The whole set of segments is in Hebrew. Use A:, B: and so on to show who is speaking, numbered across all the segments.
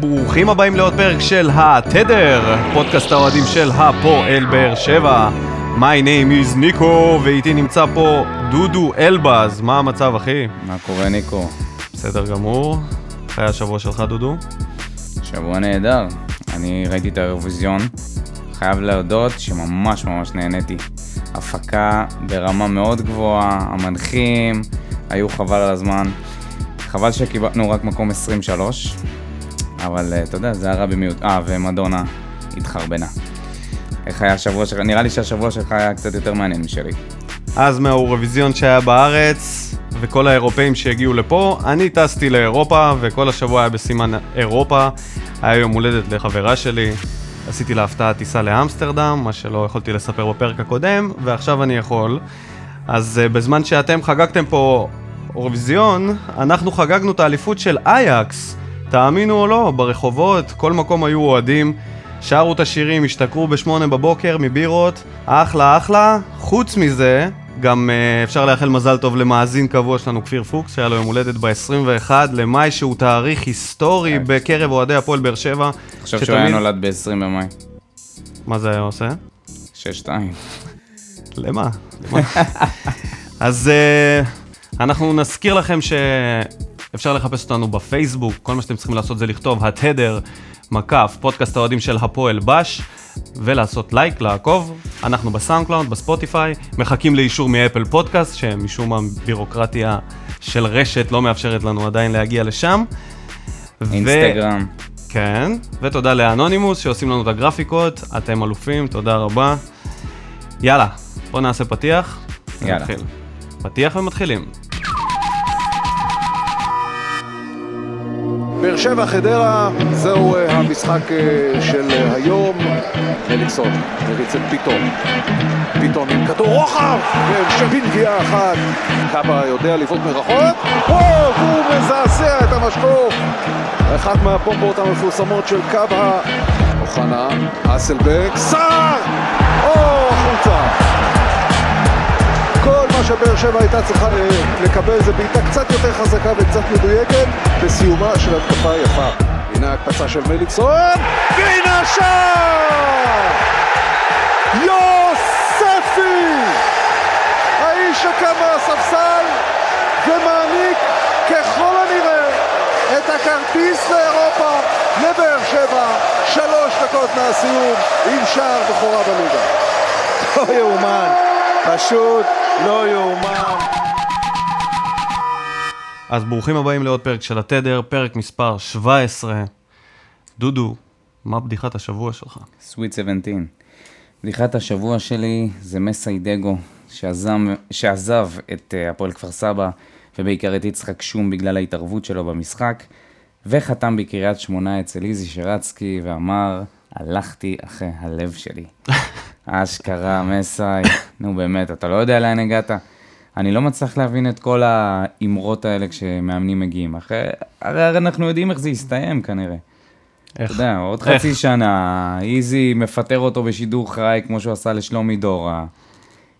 A: ברוכים הבאים לעוד פרק של התדר, פודקאסט האוהדים של הפועל באר שבע. My name is ניקו, ואיתי נמצא פה דודו אלבז. מה המצב, אחי?
B: מה קורה, ניקו?
A: בסדר גמור. אחרי השבוע שלך, דודו?
B: שבוע נהדר. אני ראיתי את האירוויזיון. חייב להודות שממש ממש נהניתי. הפקה ברמה מאוד גבוהה, המנחים, היו חבל על הזמן. חבל שקיבלנו רק מקום 23, אבל אה, אתה יודע, זה הרע במיעוט. אה, ומדונה התחרבנה. איך היה השבוע שלך? נראה לי שהשבוע שלך היה קצת יותר מעניין משלי.
A: אז מהאירוויזיון שהיה בארץ, וכל האירופאים שהגיעו לפה, אני טסתי לאירופה, וכל השבוע היה בסימן אירופה. היה יום הולדת לחברה שלי, עשיתי לה הפתעה טיסה לאמסטרדם, מה שלא יכולתי לספר בפרק הקודם, ועכשיו אני יכול. אז אה, בזמן שאתם חגגתם פה אירוויזיון, אנחנו חגגנו את האליפות של אייקס. תאמינו או לא, ברחובות, כל מקום היו אוהדים, שרו את השירים, השתכרו בשמונה בבוקר מבירות, אחלה אחלה. חוץ מזה, גם אה, אפשר לאחל מזל טוב למאזין קבוע שלנו, כפיר פוקס, שהיה לו יום הולדת ב-21 למאי, שהוא תאריך היסטורי
B: כן.
A: בקרב אוהדי הפועל באר שבע.
B: אני חושב שהוא היה נולד ב-20 במאי.
A: מה זה היה עושה?
B: 6-2.
A: למה? למה? אז uh, אנחנו נזכיר לכם שאפשר לחפש אותנו בפייסבוק, כל מה שאתם צריכים לעשות זה לכתוב התדר, מקף, פודקאסט האוהדים של הפועל בש, ולעשות לייק, לעקוב. אנחנו בסאונדקלאונד, בספוטיפיי, מחכים לאישור מאפל פודקאסט, שמשום הבירוקרטיה של רשת לא מאפשרת לנו עדיין להגיע לשם. ו-
B: אינסטגרם.
A: כן, ותודה לאנונימוס שעושים לנו את הגרפיקות, אתם אלופים, תודה רבה. יאללה, בוא נעשה פתיח.
B: יאללה.
A: ונתחיל. פתיח ומתחילים.
C: באר שבע חדרה, זהו אה, המשחק אה, של אה, היום. אליסון מריץ את ביטון. ביטון עם כדור רוחב, באר שבע בנגיעה אחת. קאבה יודע לבעוט מרחוק, וואו, והוא מזעזע את המשקוף. אחת מהבומבות המפורסמות של קאבה. אוחנה, אסלבק, סער! או, החוצה. כל מה שבאר שבע הייתה צריכה אה, לקבל זה בעיטה קצת יותר חזקה וקצת מדויקת בסיומה של התקפה יפה. הנה הקפצה של מליקסון, והנה השער! יוספי! האיש שקם מהספסל ומעניק ככל הנראה את הכרטיס לאירופה לבאר שבע שלוש דקות מהסיום עם שער בכורה בליגה. לא יאומן, פשוט לא יאומן.
A: אז ברוכים הבאים לעוד פרק של התדר, פרק מספר 17. דודו, מה בדיחת השבוע שלך?
B: סוויט 17. בדיחת השבוע שלי זה מסיידגו, שעזב, שעזב את אה, הפועל כפר סבא, ובעיקר את יצחק שום בגלל ההתערבות שלו במשחק, וחתם בקריית שמונה אצל איזי שרצקי, ואמר, הלכתי אחרי הלב שלי. אשכרה, מסי, נו באמת, אתה לא יודע לאן הגעת. אני לא מצליח להבין את כל האמרות האלה כשמאמנים מגיעים. אחרי, הרי הרי אנחנו יודעים איך זה יסתיים כנראה.
A: איך?
B: אתה יודע, עוד
A: איך?
B: חצי שנה, איזי מפטר אותו בשידור חי, כמו שהוא עשה לשלומי דורה.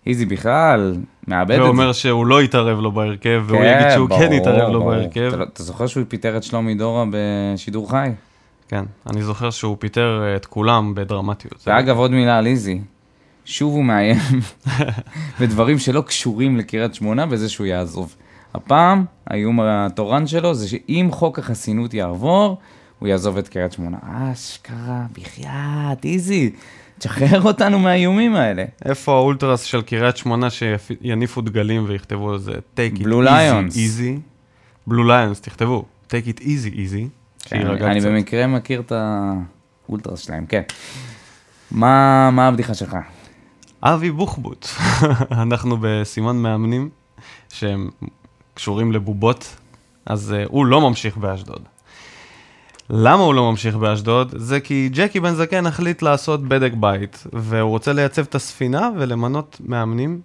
B: איזי בכלל, מאבד את זה.
A: ואומר שהוא לא יתערב לו בהרכב, והוא יגיד שהוא כן
B: ברור,
A: יתערב לו
B: ברור.
A: בהרכב.
B: אתה לא- אתה זוכר שהוא פיטר את שלומי דורה בשידור חי?
A: כן, אני זוכר שהוא פיטר אה, את כולם בדרמטיות. זה-
B: ואגב, עוד מילה על איזי. שוב הוא מאיים בדברים שלא קשורים לקריית שמונה וזה שהוא יעזוב. הפעם, האיום התורן שלו זה שאם חוק החסינות יעבור, הוא יעזוב את קריית שמונה. אשכרה, בחייאת, איזי, תשחרר אותנו מהאיומים האלה.
A: איפה האולטרס של קריית שמונה שיניפו דגלים ויכתבו על זה take it
B: Blue
A: easy
B: Lions.
A: easy? בלו ליונס, תכתבו, take it easy easy.
B: אני
A: שיירגע
B: כן, אני
A: קצת.
B: במקרה מכיר את האולטרס שלהם, כן. מה מה הבדיחה שלך?
A: אבי בוחבוט, אנחנו בסימן מאמנים שהם קשורים לבובות, אז אה, הוא לא ממשיך באשדוד. למה הוא לא ממשיך באשדוד? זה כי ג'קי בן זקן החליט לעשות בדק בית, והוא רוצה לייצב את הספינה ולמנות מאמנים,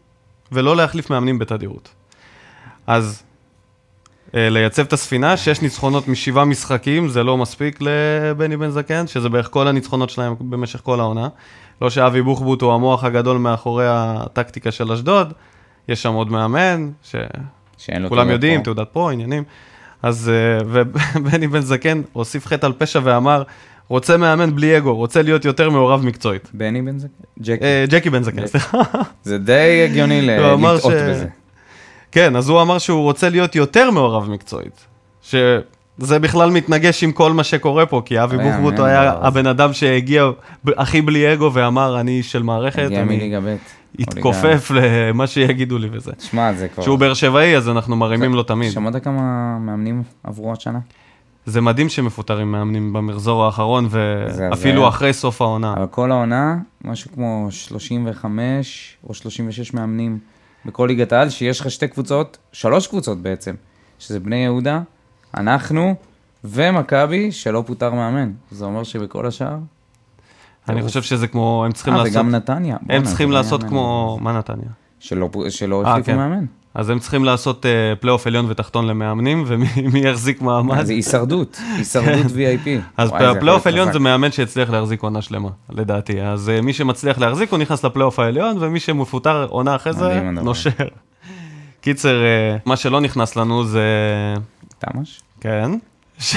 A: ולא להחליף מאמנים בתדירות. אז אה, לייצב את הספינה, שש ניצחונות משבעה משחקים, זה לא מספיק לבני בן זקן, שזה בערך כל הניצחונות שלהם במשך כל העונה. לא שאבי בוחבוט הוא המוח הגדול מאחורי הטקטיקה של אשדוד, יש שם עוד מאמן, ש...
B: שאין לו
A: כולם
B: תעודת
A: יודעים,
B: פרו.
A: תעודת פרו, עניינים. אז אה, ובני בן זקן הוסיף חטא על פשע ואמר, רוצה מאמן בלי אגו, רוצה להיות יותר מעורב מקצועית.
B: בני בן זקן? ג'קי.
A: אה, ג'קי בן זקן, סליחה.
B: זה די הגיוני ל-
A: הוא אמר
B: לטעות
A: ש-
B: בזה.
A: כן, אז הוא אמר שהוא רוצה להיות יותר מעורב מקצועית. שזה בכלל מתנגש עם כל מה שקורה פה, כי אבי
B: לא
A: בוחבוט
B: יאמן
A: היה
B: הדבר הזה.
A: הבן אדם שהגיע ב- הכי בלי אגו ואמר, אני איש של מערכת,
B: הגיע
A: אני
B: מליגה ב'. או ליגה א'.
A: אתכופף למה שיגידו לי וזה.
B: תשמע, זה כבר...
A: שהוא באר שבעי, אז אנחנו מרימים לו תמיד.
B: שמעת כמה מאמנים עברו עד שנה?
A: זה מדהים שמפוטרים מאמנים במחזור האחרון,
B: זה
A: ואפילו
B: הזיה.
A: אחרי סוף העונה.
B: אבל כל העונה, משהו כמו 35 או 36 מאמנים בכל ליגת העל, שיש לך שתי קבוצות, שלוש קבוצות בעצם, שזה בני יהודה, אנחנו ומכבי, שלא פוטר מאמן. זה אומר שבכל השאר...
A: אני חושב שזה כמו, הם צריכים
B: אה,
A: לעשות,
B: וגם נתניה.
A: הם
B: בואנה,
A: צריכים
B: זה
A: לעשות
B: מאמן.
A: כמו, מה נתניה?
B: שלא פו- שלא
A: אה,
B: החליפו
A: כן.
B: מאמן.
A: אז הם צריכים לעשות אה, פלייאוף עליון ותחתון למאמנים, ומי מי יחזיק מעמד?
B: זה הישרדות, הישרדות VIP.
A: כן. אז
B: וואי, זה יכול להיות
A: בפלייאוף עליון
B: חזק.
A: זה מאמן שהצליח להחזיק עונה שלמה, לדעתי. אז אה, מי שמצליח להחזיק, הוא נכנס לפלייאוף העליון, ומי שמפוטר עונה אחרי זה,
B: מדהים הדבר.
A: נושר. קיצר, אה, מה שלא נכנס לנו זה,
B: תמ"ש?
A: כן, ש-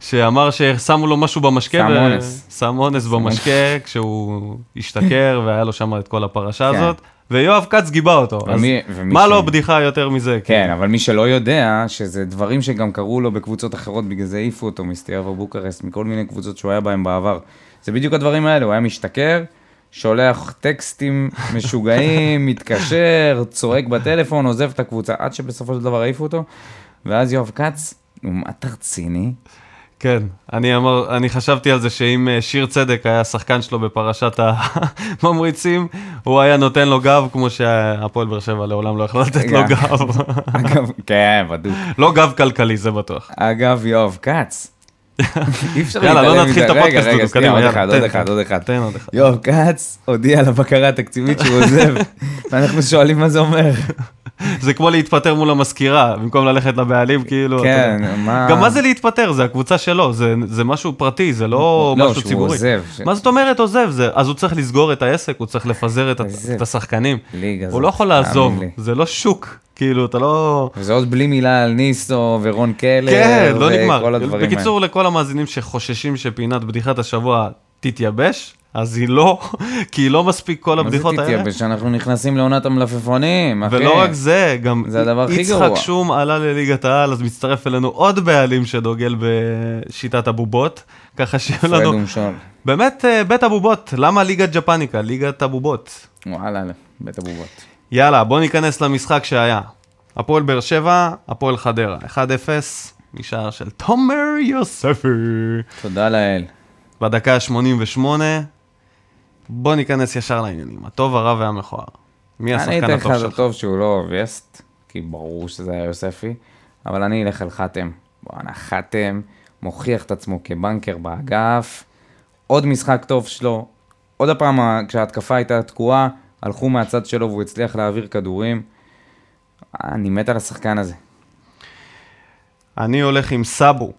A: שאמר ששמו לו משהו במשקה.
B: סם
A: ו-
B: אונס.
A: סם אונס במשקה, כשהוא השתכר, והיה לו שם את כל הפרשה
B: כן.
A: הזאת, ויואב כץ גיבה אותו. אז
B: ומי- ומי
A: מה
B: ש-
A: לא בדיחה יותר מזה?
B: כן, אבל מי שלא יודע, שזה דברים שגם קרו לו בקבוצות אחרות, בגלל זה העיפו אותו מסטיאבה בוקרסט, מכל מיני קבוצות שהוא היה בהן בעבר. זה בדיוק הדברים האלה, הוא היה משתכר, שולח טקסטים משוגעים, מתקשר, צועק בטלפון, עוזב את הקבוצה, עד שבסופו של דבר העיפו אותו, ואז יואב כץ, נו, מה אתה רציני?
A: כן, אני, אמר, אני חשבתי על זה שאם אה, שיר צדק היה השחקן שלו בפרשת הממריצים, הוא היה נותן לו גב כמו שהפועל באר שבע לעולם לא יכלה לתת לו
B: רגע.
A: גב.
B: אגב, כן, בדוק.
A: לא גב כלכלי, זה בטוח.
B: אגב, יואב כץ. אי אפשר
A: יאללה,
B: להתעלם
A: לא נתחיל
B: מזה.
A: את הפודקאסט,
B: רגע, רגע,
A: דודו,
B: שנייה,
A: קדימה,
B: עוד
A: יאללה,
B: אחד,
A: תן
B: עוד
A: אחד.
B: אחד, עוד אחד.
A: תן עוד אחד.
B: יואב כץ הודיע על הבקרה התקציבית שהוא עוזב, ואנחנו שואלים מה זה אומר.
A: זה כמו להתפטר מול המזכירה, במקום ללכת לבעלים, כאילו... אתה
B: כן,
A: יודע.
B: מה-
A: גם מה זה להתפטר? זה הקבוצה שלו, זה, זה משהו פרטי, זה לא,
B: לא,
A: משהו
B: שהוא
A: ציבורי.
B: עוזב, ש-
A: מה זאת אומרת עוזב? זה, אז הוא צריך לסגור את העסק, הוא צריך לפזר את, ה-
B: עוזב.
A: את השחקנים.
B: ליגה
A: הוא
B: זאת,
A: לא יכול
B: תאמין
A: לעזוב,
B: לי.
A: זה לא שוק. כאילו, אתה לא...
B: וזה עוד בלי מילה על ניסו ורון קלר,
A: כן, לא
B: וכל
A: נגמר.
B: הדברים
A: בקיצור, לכל המאזינים שחוששים שפינת בדיחת השבוע תתייבש, אז היא לא, כי היא לא מספיק כל
B: האלה.
A: הבדיחות
B: מה זה
A: האלה.
B: תתייבש? אנחנו נכנסים לעונת המלפפונים, אחי.
A: ולא רק זה, גם
B: זה הדבר הכי
A: יצחק
B: גרוע.
A: שום עלה לליגת העל, אז מצטרף אלינו עוד בעלים שדוגל בשיטת הבובות, ככה שיהיה
B: פרד
A: לנו...
B: ומשול.
A: באמת, אה, בית הבובות, למה ליגת ג'פניקה? ליגת הבובות.
B: וואלה, בית הבובות.
A: יאללה, בוא ניכנס למשחק שהיה. הפועל באר שבע, הפועל חדרה, 1-0, משער של תומר יוספי.
B: תודה לאל.
A: בדקה ה-88. בוא ניכנס ישר לעניינים, הטוב, הרע והמכוער. מי
B: אני
A: השחקן
B: אתן לך
A: הטוב
B: את
A: שלך?
B: הטוב שהוא לא וסט, כי ברור שזה היה יוספי, אבל אני אלך על חתם. בואנה, חתם מוכיח את עצמו כבנקר באגף, עוד משחק טוב שלו, עוד הפעם ה- כשההתקפה הייתה תקועה, הלכו מהצד שלו והוא הצליח להעביר כדורים. אה, אני מת על השחקן הזה.
A: אני הולך עם סאבו,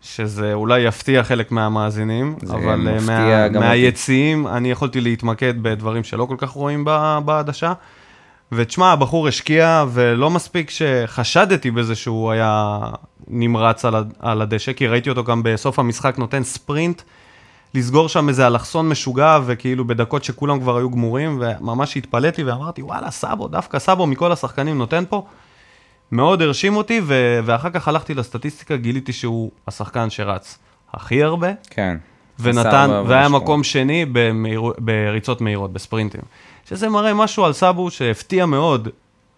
A: שזה אולי יפתיע חלק מהמאזינים,
B: זה
A: אבל אה,
B: מפתיע
A: מה,
B: גם
A: מהיציעים אני יכולתי להתמקד בדברים שלא כל כך רואים ב- בעדשה. ותשמע, הבחור השקיע, ולא מספיק שחשדתי בזה שהוא היה נמרץ על, ה- על הדשא, כי ראיתי אותו גם בסוף המשחק נותן ספרינט, לסגור שם איזה אלכסון משוגע, וכאילו בדקות שכולם כבר היו גמורים, וממש התפלאתי ואמרתי, וואלה, סאבו, דווקא סאבו מכל השחקנים נותן פה. מאוד הרשים אותי, ו- ואחר כך הלכתי לסטטיסטיקה, גיליתי שהוא השחקן שרץ הכי הרבה,
B: כן.
A: ונתן,
B: עשה ארבע
A: והיה
B: ושמונה.
A: מקום שני במהירו, בריצות מהירות, בספרינטים. שזה מראה משהו על סאבו שהפתיע מאוד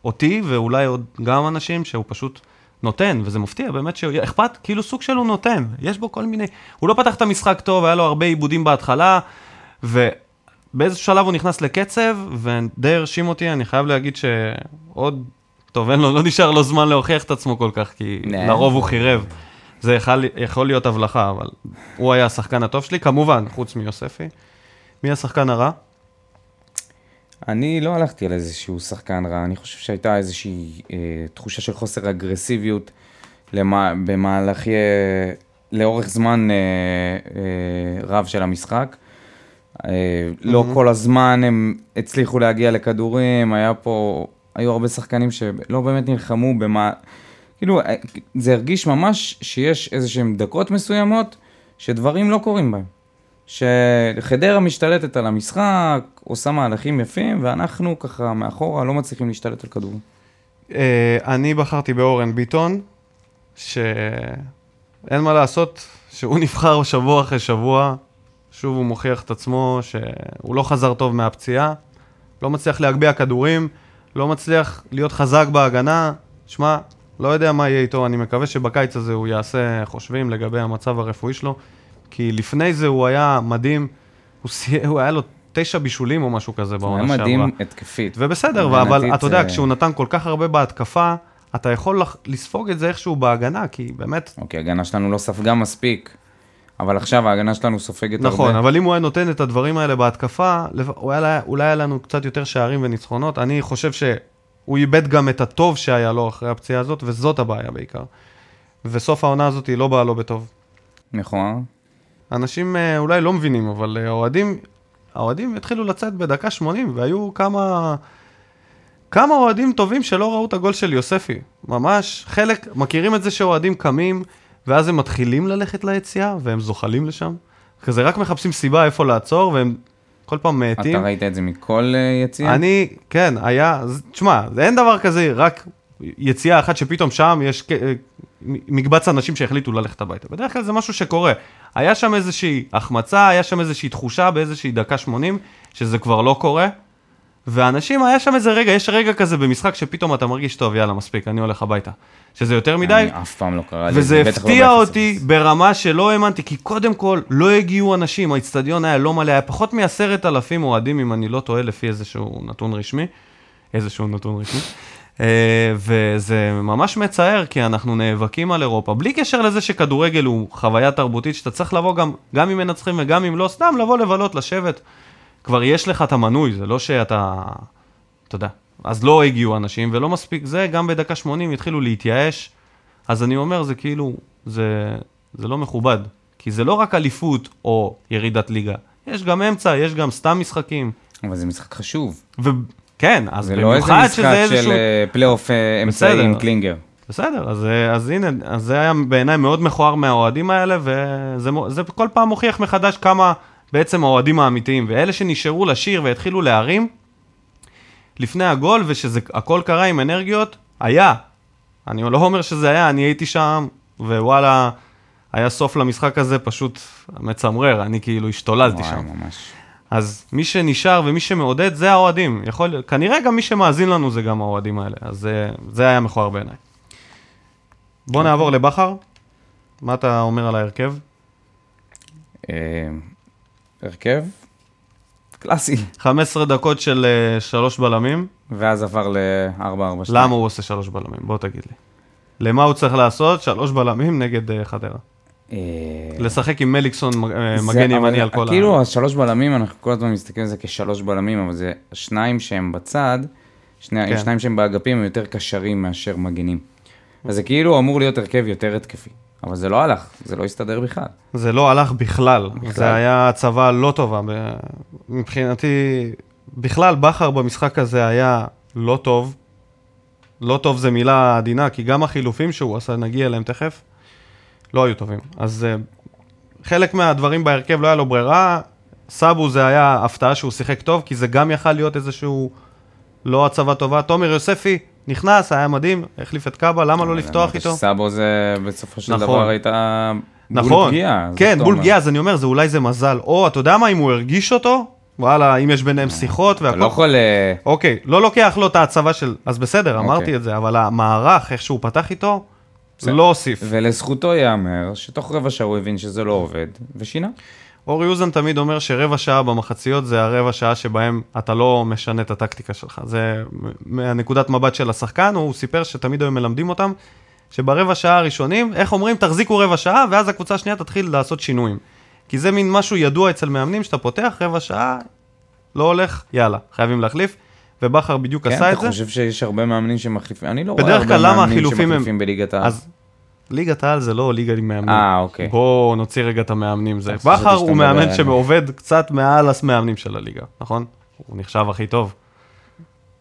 A: אותי, ואולי עוד גם אנשים, שהוא פשוט נותן, וזה מפתיע, באמת שאכפת, כאילו סוג של הוא נותן, יש בו כל מיני, הוא לא פתח את המשחק טוב, היה לו הרבה עיבודים בהתחלה, ובאיזשהו שלב הוא נכנס לקצב, ודי הרשים אותי, אני חייב להגיד שעוד, טוב, אין לו, לא נשאר לו זמן להוכיח את עצמו כל כך, כי
B: נה.
A: לרוב הוא חירב. זה יכול, יכול להיות הבלחה, אבל הוא היה השחקן הטוב שלי, כמובן, חוץ מיוספי. מי השחקן הרע?
B: אני לא הלכתי על איזשהו שחקן רע, אני חושב שהייתה איזושהי אה, תחושה של חוסר אגרסיביות למה, במהלך, אה, לאורך זמן אה, אה, רב של המשחק. אה, לא כל הזמן הם הצליחו להגיע לכדורים, היה פה, היו הרבה שחקנים שלא באמת נלחמו במה, כאילו, אה, זה הרגיש ממש שיש איזה שהן דקות מסוימות שדברים לא קורים בהם. שחדרה משתלטת על המשחק, עושה מהלכים יפים, ואנחנו ככה מאחורה לא מצליחים להשתלט על כדור.
A: אה, אני בחרתי באורן ביטון, שאין מה לעשות, שהוא נבחר שבוע אחרי שבוע, שוב הוא מוכיח את עצמו שהוא לא חזר טוב מהפציעה, לא מצליח להגביה כדורים, לא מצליח להיות חזק בהגנה, שמע, לא יודע מה יהיה איתו, אני מקווה שבקיץ הזה הוא יעשה חושבים לגבי המצב הרפואי שלו, כי לפני זה הוא היה מדהים, הוא, סי... הוא היה לו תשע בישולים או משהו כזה
B: הוא היה
A: בעונה שעברה.
B: מדהים התקפית.
A: ובסדר,
B: הגנתית אה,
A: אבל אתה יודע,
B: זה-
A: כשהוא נתן כל כך הרבה בהתקפה, אתה יכול לח- לספוג את זה איכשהו בהגנה, כי באמת,
B: אוקיי, ההגנה שלנו לא ספגה מספיק, אבל עכשיו ההגנה שלנו סופגת הרבה.
A: נכון, אבל אם הוא היה נותן את הדברים האלה בהתקפה, לפ- הוא היה- אולי היה לנו קצת יותר שערים וניצחונות. אני חושב שהוא איבד גם את הטוב שהיה לו אחרי הפציעה הזאת, וזאת הבעיה בעיקר. וסוף העונה הזאת היא לא באה לו בטוב.
B: מכוער.
A: אנשים אה, אולי לא מבינים, אבל אה, האוהדים, האוהדים התחילו לצאת בדקה 80, והיו כמה... כמה אוהדים טובים שלא ראו את הגול של יוספי, ממש, חלק, מכירים את זה שאוהדים קמים, ואז הם מתחילים ללכת ליציאה, והם זוחלים לשם, כזה רק מחפשים סיבה איפה לעצור, והם כל פעם מאטים.
B: אתה ראית את זה מכל אה, יציאה?
A: אני, כן, היה, ז- תשמע, אין דבר כזה, רק יציאה אחת שפתאום שם יש כ- אה, מ- מקבץ אנשים שהחליטו ללכת הביתה. בדרך כלל זה משהו שקורה. היה שם איזושהי החמצה, היה שם איזושהי תחושה באיזושהי דקה 80, שזה כבר לא קורה. ואנשים, היה שם איזה רגע, יש רגע כזה במשחק שפתאום אתה מרגיש טוב, יאללה, מספיק, אני הולך הביתה. שזה יותר מדי,
B: אני אף פעם לא קרה לי.
A: וזה
B: בטח לא
A: הפתיע
B: ב-0-0.
A: אותי ברמה שלא האמנתי, כי קודם כל לא הגיעו אנשים, האיצטדיון היה לא מלא, היה פחות מעשרת אלפים אוהדים, אם אני לא טועה, לפי איזשהו נתון רשמי. איזשהו נתון רשמי. אה, וזה ממש מצער, כי אנחנו נאבקים על אירופה. בלי קשר לזה שכדורגל הוא חוויה תרבותית, שאתה צריך לבוא גם, גם אם מנצחים וגם אם לא, סתם לבוא לבלות, לשבת. כבר יש לך את המנוי, זה לא שאתה... אתה יודע. אז לא הגיעו אנשים, ולא מספיק זה, גם בדקה 80 התחילו להתייאש. אז אני אומר, זה כאילו, זה, זה לא מכובד. כי זה לא רק אליפות או ירידת ליגה. יש גם אמצע, יש גם סתם משחקים.
B: אבל זה משחק חשוב.
A: וכן, אז
B: זה לא איזה
A: במיוחד
B: משחק
A: שזה
B: של
A: איזשהו...
B: אה, פלייאוף אה, אמצעי
A: בסדר.
B: עם קלינגר.
A: בסדר, אז, אה, אז הנה, אז זה היה בעיניי מאוד מכוער מהאוהדים האלה, וזה מו- זה כל פעם מוכיח מחדש כמה בעצם האוהדים האמיתיים, ואלה שנשארו לשיר והתחילו להרים לפני הגול, ושהכול קרה עם אנרגיות, היה. אני לא אומר שזה היה, אני הייתי שם, ווואלה, היה סוף למשחק הזה פשוט מצמרר, אני כאילו השתוללתי
B: וואי,
A: שם.
B: ממש.
A: אז מי שנשאר ומי שמעודד זה האוהדים. יכול, כנראה גם מי שמאזין לנו זה גם האוהדים האלה. אז זה, זה היה מכוער בעיניי. בוא נעבור לבכר. מה אתה אומר על ההרכב?
B: אה, הרכב? קלאסי.
A: 15 דקות של אה, שלוש בלמים.
B: ואז עבר ל-442.
A: למה הוא עושה שלוש בלמים? בוא תגיד לי. למה הוא צריך לעשות? שלוש בלמים נגד אה, חדרה. לשחק עם מליקסון מ- אה, מגן ימני על כל ה...
B: אה, כאילו השלוש בלמים, אנחנו כל הזמן מסתכלים על זה כשלוש בלמים, אבל זה שניים שהם בצד, שני,
A: כן.
B: שניים שהם באגפים הם יותר קשרים מאשר מגנים. אז זה כאילו אמור להיות הרכב יותר התקפי, אבל זה לא הלך, זה לא הסתדר בכלל.
A: זה לא הלך בכלל.
B: בכלל.
A: זה היה הצבה לא טובה. ב- מבחינתי, בכלל, בכר במשחק הזה היה לא טוב. לא טוב זה מילה עדינה, כי גם החילופים שהוא עשה, נגיע אליהם תכף, לא היו טובים. אז אה, חלק מהדברים בהרכב לא היה לו ברירה. סאבו זה היה הפתעה שהוא שיחק טוב, כי זה גם יכל להיות איזשהו לא הצבה טובה. תומר יוספי נכנס, היה מדהים, החליף את קאבה, למה לא
B: אבל
A: לפתוח
B: אמרת
A: איתו?
B: שסאבו זה בסופו של
A: נכון.
B: דבר הייתה בול
A: נכון,
B: פגיעה. זה
A: כן, בול
B: תומר.
A: פגיעה, אז אני אומר, זה אולי זה מזל. או, אתה יודע מה, אם הוא הרגיש אותו, וואלה, אם יש ביניהם שיחות
B: אתה לא
A: והכל.
B: יכול... אה,
A: אוקיי, לא לוקח לו את ההצבה של... אז בסדר, אמרתי
B: אוקיי.
A: את זה, אבל המערך, איך שהוא פתח איתו,
B: בסדר.
A: לא הוסיף.
B: ולזכותו ייאמר שתוך רבע שעה הוא הבין שזה לא עובד, ושינה.
A: אורי אוזן תמיד אומר שרבע שעה במחציות זה הרבע שעה שבהם אתה לא משנה את הטקטיקה שלך. זה מהנקודת מבט של השחקן, הוא סיפר שתמיד היו מלמדים אותם, שברבע שעה הראשונים, איך אומרים, תחזיקו רבע שעה, ואז הקבוצה השנייה תתחיל לעשות שינויים. כי זה מין משהו ידוע אצל מאמנים, שאתה פותח רבע שעה, לא הולך, יאללה, חייבים להחליף, ובכר בדיוק
B: כן,
A: עשה
B: אתה
A: את זה.
B: חושב שיש הרבה מאמנים שמחליפים? אני לא רואה
A: בדרך
B: הרבה
A: כלל, למה
B: מאמנים
A: החילופים הם-
B: שמחליפים בליגת העל.
A: אז ליגת העל זה לא ליגה עם מאמנים.
B: אה, אוקיי.
A: בואו נוציא רגע את המאמנים זה.
B: אז חשבתי
A: בכר
B: שאתה
A: הוא
B: מדבר
A: מאמן
B: על-
A: שעובד קצת מעל המאמנים של הליגה, נכון? הוא נחשב הכי טוב.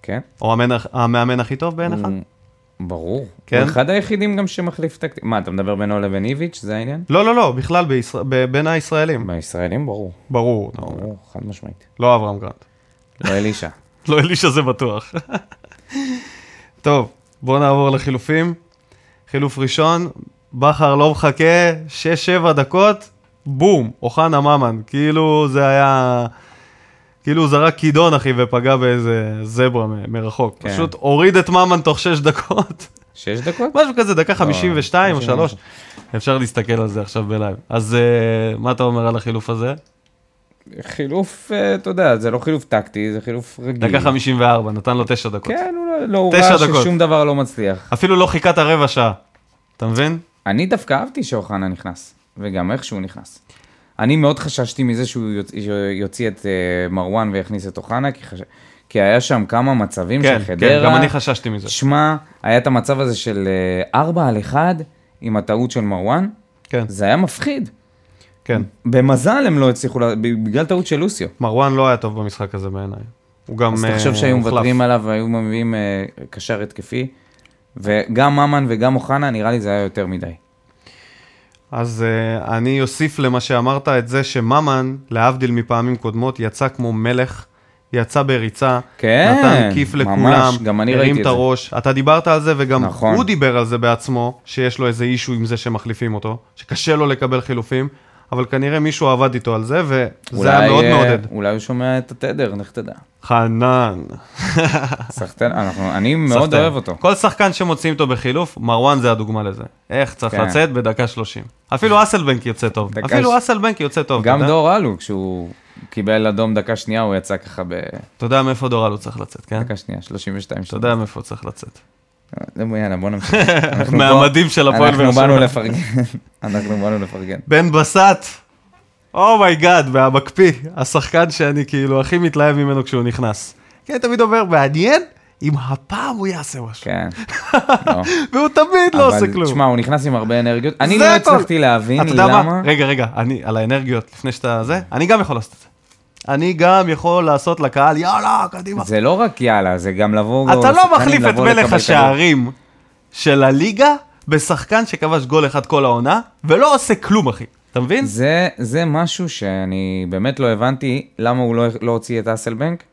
B: כן.
A: או המאמן- המאמן הכי טוב בעיניך?
B: הוא- ברור.
A: נכון. כן?
B: הוא אחד היחידים גם שמחליף טקטי... מה, אתה מדבר בינו לבין איביץ', זה העניין?
A: לא, לא, לא, בכלל בישראל, ב- בין הישראלים.
B: בישראלים ברור.
A: ברור, אתה אומר.
B: ברור, חד משמעית.
A: לא אברהם גרנט.
B: לא אלישע.
A: לא אלישע זה בטוח. טוב, בואו נעבור לחילופים. חילוף ראשון, בכר לא מחכה 6-7 דקות, בום, אוחנה ממן. כאילו זה היה... כאילו הוא זרק כידון, אחי, ופגע באיזה זברה מ- מרחוק.
B: כן.
A: פשוט הוריד את ממן תוך 6 דקות.
B: שש דקות?
A: משהו כזה,
B: לא,
A: דקה 52 או 3.
B: 53.
A: אפשר להסתכל על זה עכשיו בלייב. אז אה, מה אתה אומר על החילוף הזה?
B: חילוף, אה, אתה יודע, זה לא חילוף טקטי, זה חילוף רגיל.
A: דקה 54, נתן לו 9 דקות.
B: כן, הוא לא- לא, הוא
A: תשע
B: ראה
A: דקות.
B: ששום דבר לא מצליח.
A: אפילו לא חיכה את הרבע שעה. אתה מבין?
B: אני דווקא אהבתי שאוחנה נכנס, וגם איך שהוא נכנס. אני מאוד חששתי מזה שהוא יוצ... יוציא את אה, מרואן ויכניס את אוחנה, כי, חש... כי היה שם כמה מצבים
A: כן,
B: של
A: כן,
B: חדרה.
A: גם אני חששתי מזה.
B: שמע, היה את המצב הזה של 4 על 1 עם הטעות של מרואן,
A: כן,
B: זה היה מפחיד.
A: כן.
B: במזל הם לא הצליחו, לה- בגלל טעות של לוסיו.
A: מרואן לא היה טוב במשחק הזה בעיניי. הוא גם
B: אז
A: אה,
B: תחשוב שהיו
A: הוחלף.
B: מוותרים עליו והיו מביאים אה, קשר התקפי, וגם ממן וגם אוחנה, נראה לי זה היה יותר מדי.
A: אז אה, אני אוסיף למה שאמרת את זה שממן, להבדיל מפעמים קודמות, יצא כמו מלך, יצא בריצה,
B: כן,
A: נתן כיף
B: ממש,
A: לכולם,
B: גם אני ראיתי
A: הרים
B: את
A: את
B: זה.
A: הראש. אתה דיברת על זה וגם
B: נכון.
A: הוא דיבר על זה בעצמו, שיש לו איזה אישו עם זה שמחליפים אותו, שקשה לו לקבל חילופים, אבל כנראה מישהו עבד איתו על זה, וזה היה
B: אולי,
A: מאוד
B: אה,
A: מעודד.
B: אולי הוא שומע את התדר, לך תדע.
A: חנן.
B: סחטיין, אנחנו- אני מאוד
A: סחטיין.
B: אוהב אותו.
A: כל שחקן שמוציאים אותו בחילוף, מרואן זה הדוגמה לזה. איך צריך
B: כן.
A: לצאת בדקה 30. אפילו אסלבנק יוצא טוב.
B: דקה
A: אפילו
B: ש-
A: אסלבנק יוצא טוב.
B: גם
A: אתה יודע?
B: דור אלו, כשהוא קיבל אדום דקה שנייה, הוא יצא ככה
A: אתה יודע מאיפה דורל הוא צריך לצאת, כן?
B: בדקה שנייה, 32
A: אתה
B: שניות.
A: יודע מאיפה הוא צריך לצאת.
B: נו, יאללה, בוא נמשיך. אנחנו
A: מהמדים של
B: פה-
A: הפועל באר
B: אנחנו באנו
A: שבע.
B: לפרגן. אנחנו באנו לפרגן.
A: בן בסט, Oh אומייגאד, והמקפיא, השחקן שאני כאילו הכי מתלהב ממנו כשהוא נכנס. כן, תמיד אומר, מעניין אם הפעם הוא יעשה משהו.
B: כן. לא.
A: והוא תמיד לא עושה
B: אבל
A: כלום.
B: תשמע, הוא נכנס עם הרבה אנרגיות. אני
A: זה
B: לא
A: הכל.
B: הצלחתי להבין
A: אתה יודע מה?
B: למה.
A: רגע, רגע, אני, על האנרגיות, לפני שאתה זה, אני גם יכול לעשות את זה. אני גם יכול לעשות לקהל, יאללה, קדימה.
B: זה לא רק יאללה, זה גם לבוא...
A: אתה לא
B: לשחקנים
A: מחליף את
B: לבוא
A: מלך
B: לקבל
A: השערים של הליגה בשחקן שכבש גול אחד כל העונה, ולא עושה כלום, אחי. אתה מבין?
B: כדור. זה, זה משהו שאני באמת לא הבנתי למה הוא לא, לא הוציא את אסלבנק,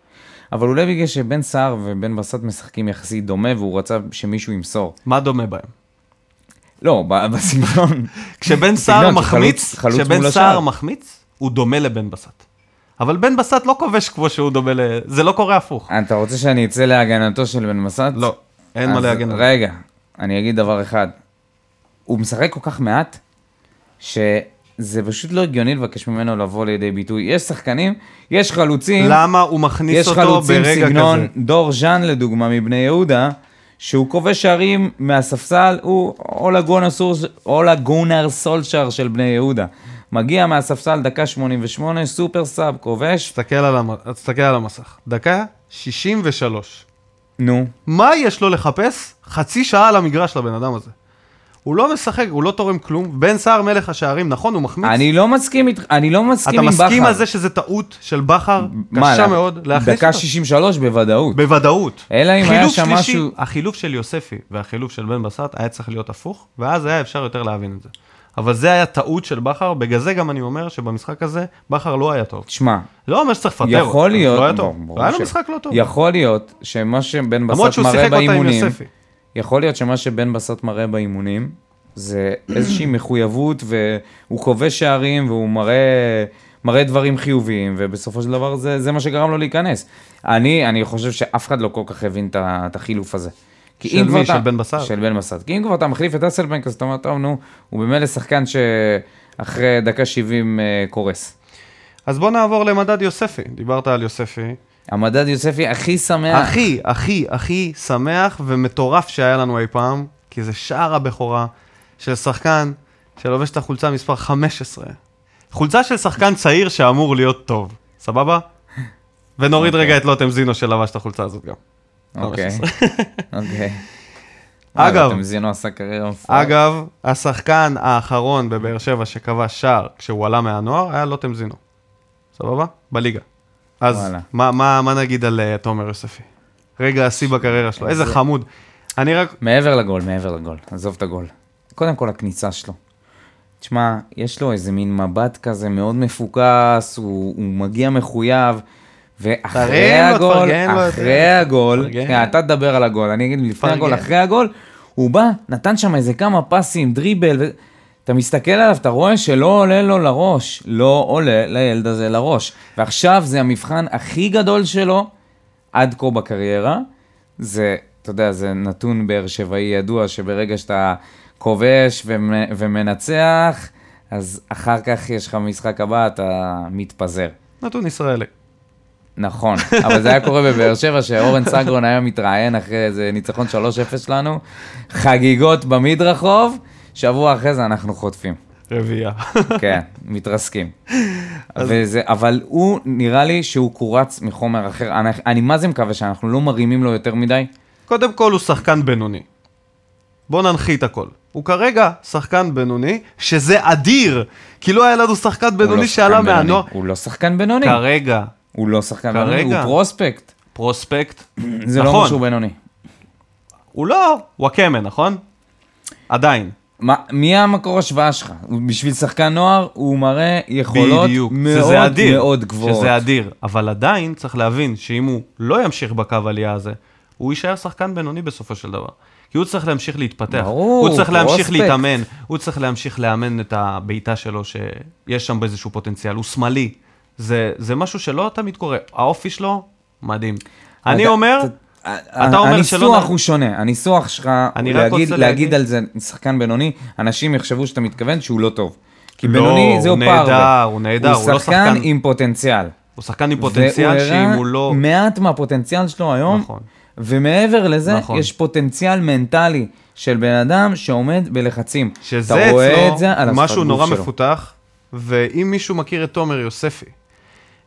B: אבל אולי בגלל שבן סער ובן בסט משחקים יחסית דומה והוא רצה שמישהו ימסור.
A: מה דומה בהם?
B: לא, ב- בסגנון.
A: כשבן
B: בסגנון,
A: סער
B: כחלוץ-
A: מחמיץ,
B: חלוץ מול
A: כשבן
B: השער.
A: סער מחמיץ, הוא דומה לבן בסט. אבל בן בסט לא כובש כמו שהוא דומה ל... זה לא קורה הפוך.
B: אתה רוצה שאני אצא להגנתו של בן בסט?
A: לא, אין מה
B: אז
A: להגן עליו.
B: רגע, אני אגיד דבר אחד. הוא משחק כל כך מעט, שזה פשוט לא הגיוני לבקש ממנו לבוא לידי ביטוי. יש שחקנים, יש חלוצים,
A: למה הוא מכניס
B: יש
A: אותו
B: חלוצים
A: ברגע
B: סגנון
A: כזה?
B: דור ז'אן לדוגמה מבני יהודה, שהוא כובש שערים מהספסל, הוא אולה גונר, סור, אולה גונר סולשר של בני יהודה. מגיע מהספסל דקה 88, סופר סאב, כובש,
A: תסתכל על, המ... תסתכל על המסך. דקה 63.
B: נו.
A: מה יש לו לחפש חצי שעה על המגרש לבן אדם הזה? הוא לא משחק, הוא לא תורם כלום. בן סער מלך השערים, נכון, הוא מחמיץ.
B: אני לא מסכים איתך, אני לא מסכים
A: אתה
B: עם בכר.
A: מסכים על זה שזה טעות של בכר,
B: מה,
A: קשה
B: לה-
A: מאוד, להכניס
B: דקה
A: אותו?
B: 63 בוודאות.
A: בוודאות.
B: אלא אם היה
A: חילוף
B: שם
A: שלישי,
B: משהו-
A: החילוף של יוספי והחילוף של בן בסט היה צריך להיות הפוך, ואז היה אפשר יותר להבין את זה. אבל זה היה טעות של בכר, בגלל זה גם אני אומר שבמשחק הזה בכר לא היה טוב.
B: תשמע,
A: לא אומר שצריך לפטר אותו,
B: יכול להיות,
A: לא היה
B: ברור,
A: טוב.
B: ברור
A: היה לו
B: ש-
A: משחק לא טוב.
B: יכול להיות שמה שבן
A: למרות
B: בסט
A: שהוא
B: מראה
A: שיחק אותה עם
B: באימונים,
A: יוספי.
B: יכול להיות שמה שבן בסט מראה באימונים, זה איזושהי מחויבות, והוא כובש שערים, והוא מראה, מראה דברים חיוביים, ובסופו של דבר זה, זה מה שגרם לו להיכנס. אני, אני חושב שאף אחד לא כל כך הבין את ה- את החילוף הזה. כי
A: של
B: אם כבר
A: מי?
B: אתה-
A: של בן בסט?
B: של בן בסט. כי אם כבר אתה מחליף את אסלבנק, אז אתה אומר, טוב, נו, הוא במילא שחקן שאחרי דקה 70 אה, קורס.
A: אז בוא נעבור למדד יוספי. דיברת על יוספי.
B: המדד יוספי הכי שמח.
A: הכי, הכי, הכי שמח ומטורף שהיה לנו אי פעם, כי זה שער הבכורה של שחקן שלובש את החולצה מספר 15. חולצה של שחקן צעיר שאמור להיות טוב, סבבה? ונוריד
B: אוקיי.
A: רגע את לוטם זינו שלבש את החולצה הזאת גם.
B: אוקיי.
A: 15.
B: אוקיי. אה,
A: אגב-
B: אתם זינו עשה קריירה מפוארת.
A: אגב, השחקן האחרון בבאר שבע שכבש שער כשהוא עלה מהנוער היה לוטם זינו, סבבה? בליגה. אז
B: וואלה.
A: מה, מה, מה נגיד על אה, תומר יוספי? רגע השיא בקריירה שלו, איזה חמוד. אני רק...
B: מעבר לגול, מעבר לגול, עזוב את הגול. קודם כל הכניסה שלו. תשמע, יש לו איזה מין מבט כזה מאוד מפוקס, הוא, הוא מגיע מחויב, ואחרי
A: תרים לו,
B: הגול,
A: תפרגן לו,
B: אחרי הגול,
A: תפרגן.
B: כן, אתה תדבר על הגול, אני אגיד לפני
A: תפרגן.
B: הגול, אחרי הגול, הוא בא, נתן שם איזה כמה פסים, דריבל, ו... אתה מסתכל עליו, אתה רואה שלא עולה לו לראש, לא עולה לילד הזה לראש. ועכשיו זה המבחן הכי גדול שלו עד כה בקריירה. זה, אתה יודע, זה נתון באר שבעי ידוע, שברגע שאתה כובש ומ- ומנצח, אז אחר כך יש לך משחק הבא, אתה מתפזר.
A: נתון ישראלי.
B: נכון, אבל זה היה קורה בבאר שבע, שאורן סגרון היה מתראיין אחרי איזה ניצחון 3-0 שלנו, חגיגות במדרחוב, שבוע אחרי זה אנחנו חוטפים.
A: רביעייה.
B: כן, מתרסקים. וזה, אבל הוא, נראה לי שהוא קורץ מחומר אחר. אני, אני מה זה מקווה שאנחנו לא מרימים לו יותר מדי?
A: קודם כל הוא שחקן בינוני. בוא ננחית הכל. הוא כרגע שחקן בינוני, שזה אדיר, כי לא היה לנו שחקן
B: הוא לא
A: בינוני
B: שחקן
A: שעלה
B: בינוני.
A: מהנוער.
B: הוא לא שחקן בינוני.
A: כרגע,
B: הוא לא שחקן
A: כרגע.
B: בינוני, הוא פרוספקט.
A: פרוספקט,
B: זה לא
A: נכון.
B: משהו בינוני.
A: הוא לא וואקמה, נכון? עדיין.
B: מה, מי המקור השוואה שלך? הוא- בשביל שחקן נוער הוא מראה יכולות
A: בדיוק.
B: מאוד
A: שזה אדיר,
B: מאוד גבוהות.
A: שזה אדיר, אבל עדיין צריך להבין שאם הוא לא ימשיך בקו העלייה הזה, הוא יישאר שחקן בינוני בסופו של דבר. כי הוא צריך להמשיך להתפתח,
B: ברור,
A: הוא צריך להמשיך
B: פרוספקט.
A: להתאמן, הוא צריך להמשיך לאמן את הבעיטה שלו שיש שם באיזשהו פוטנציאל, הוא שמאלי. זה, זה משהו שלא תמיד קורה, האופי שלו מדהים. אני
B: אתה-
A: אומר,
B: אתה
A: אומר שלא
B: הניסוח
A: נ-
B: הוא שונה, הניסוח שלך,
A: אני
B: הוא
A: רק
B: להגיד,
A: רוצה
B: להגיד
A: להגיד-
B: על זה שחקן בינוני, אנשים יחשבו שאתה מתכוון שהוא לא טוב. כי
A: לא,
B: בינוני
A: הוא
B: זהו פרווה.
A: נהדר, הוא נהדר, הוא לא
B: הוא שחקן
A: שחקן-
B: עם פוטנציאל.
A: הוא שחקן עם פוטנציאל
B: והוא הראה
A: שאם הוא לא...
B: מעט מהפוטנציאל שלו היום,
A: נכון.
B: ומעבר לזה,
A: נכון.
B: יש פוטנציאל מנטלי של בן אדם שעומד בלחצים.
A: שזה
B: אתה רואה את
A: אצלו
B: זה על השפת
A: משהו
B: גוף
A: נורא
B: שלו.
A: מפותח, ואם מישהו מכיר את תומר יוספי,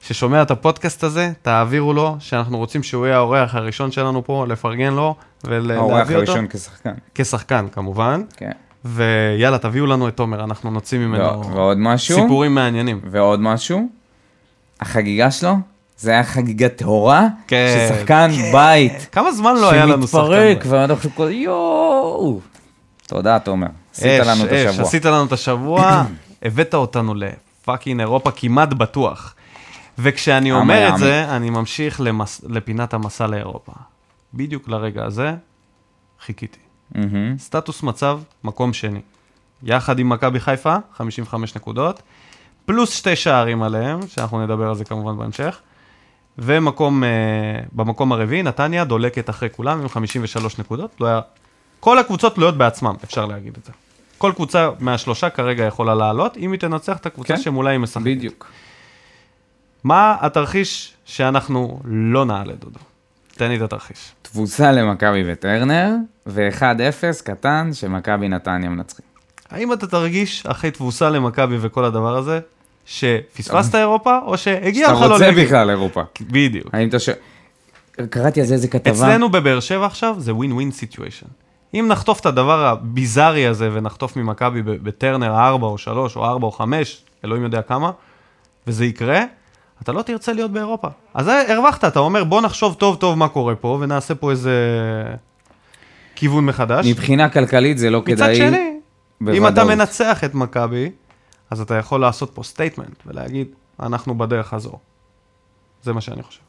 A: ששומע את הפודקאסט הזה, תעבירו לו, שאנחנו רוצים שהוא יהיה האורח הראשון שלנו פה, לפרגן לו
B: האורח
A: ולהביא אותו,
B: הראשון כשחקן.
A: כשחקן כמובן,
B: כן.
A: ויאללה, תביאו לנו את תומר, אנחנו נוציא ממנו
B: ו- לא, ועוד משהו?
A: סיפורים מעניינים.
B: ועוד משהו, החגיגה שלו, זה היה חגיגה טהורה,
A: כן,
B: ששחקן בית,
A: כמה זמן לא היה לנו שחקן?
B: שמתפרק,
A: כזה?
B: ואנחנו כל יואו. תודה, תומר. עשית
A: אש,
B: לנו את
A: אש,
B: השבוע.
A: עשית לנו את השבוע, הבאת אותנו לפאקינג אירופה כמעט בטוח. וכשאני
B: עם
A: אומר
B: היה
A: את זה, אני ממשיך למס... לפינת המסע לאירופה. בדיוק לרגע הזה, חיכיתי.
B: מהמם.
A: סטטוס מצב, מקום שני. יחד עם מכבי חיפה, 55 נקודות, פלוס שתי שערים עליהם, שאנחנו נדבר על זה כמובן בהמשך. ומקום, אה, במקום הרביעי, נתניה דולקת אחרי כולם עם 53 נקודות. לא היה... כל הקבוצות תלויות בעצמם, אפשר להגיד את זה. כל קבוצה מהשלושה כרגע יכולה לעלות, אם היא תנצח את הקבוצה
B: כן,
A: שמולה היא משחקת.
B: בדיוק.
A: מה התרחיש שאנחנו לא נעלה, דודו? תן לי את התרחיש.
B: תבוסה למכבי וטרנר, ו-1-0 קטן שמכבי נתניה מנצחים.
A: האם אתה תרגיש אחרי תבוסה למכבי וכל הדבר הזה, שפספסת אירופה, או שהגיע
B: שאתה
A: לך לא
B: רוצה
A: להגיע?
B: בכלל אירופה.
A: בדיוק.
B: האם אתה ש... קראתי על זה איזה כתבה.
A: אצלנו בבאר שבע עכשיו זה ווין ווין סיטואשן. אם נחטוף את הדבר הביזארי הזה ונחטוף ממכבי ב- בטרנר 4 או 3 או 4 או 5, אלוהים יודע כמה, וזה יקרה, אתה לא תרצה להיות באירופה. אז זה הרווחת, אתה אומר בוא נחשוב טוב טוב מה קורה פה ונעשה פה איזה כיוון מחדש.
B: מבחינה כלכלית זה לא
A: מצד
B: כדאי.
A: שני, אם
B: בוודאות.
A: אתה מנצח את מכבי, אז אתה יכול לעשות פה סטייטמנט ולהגיד, אנחנו בדרך חזור. זה מה שאני חושב.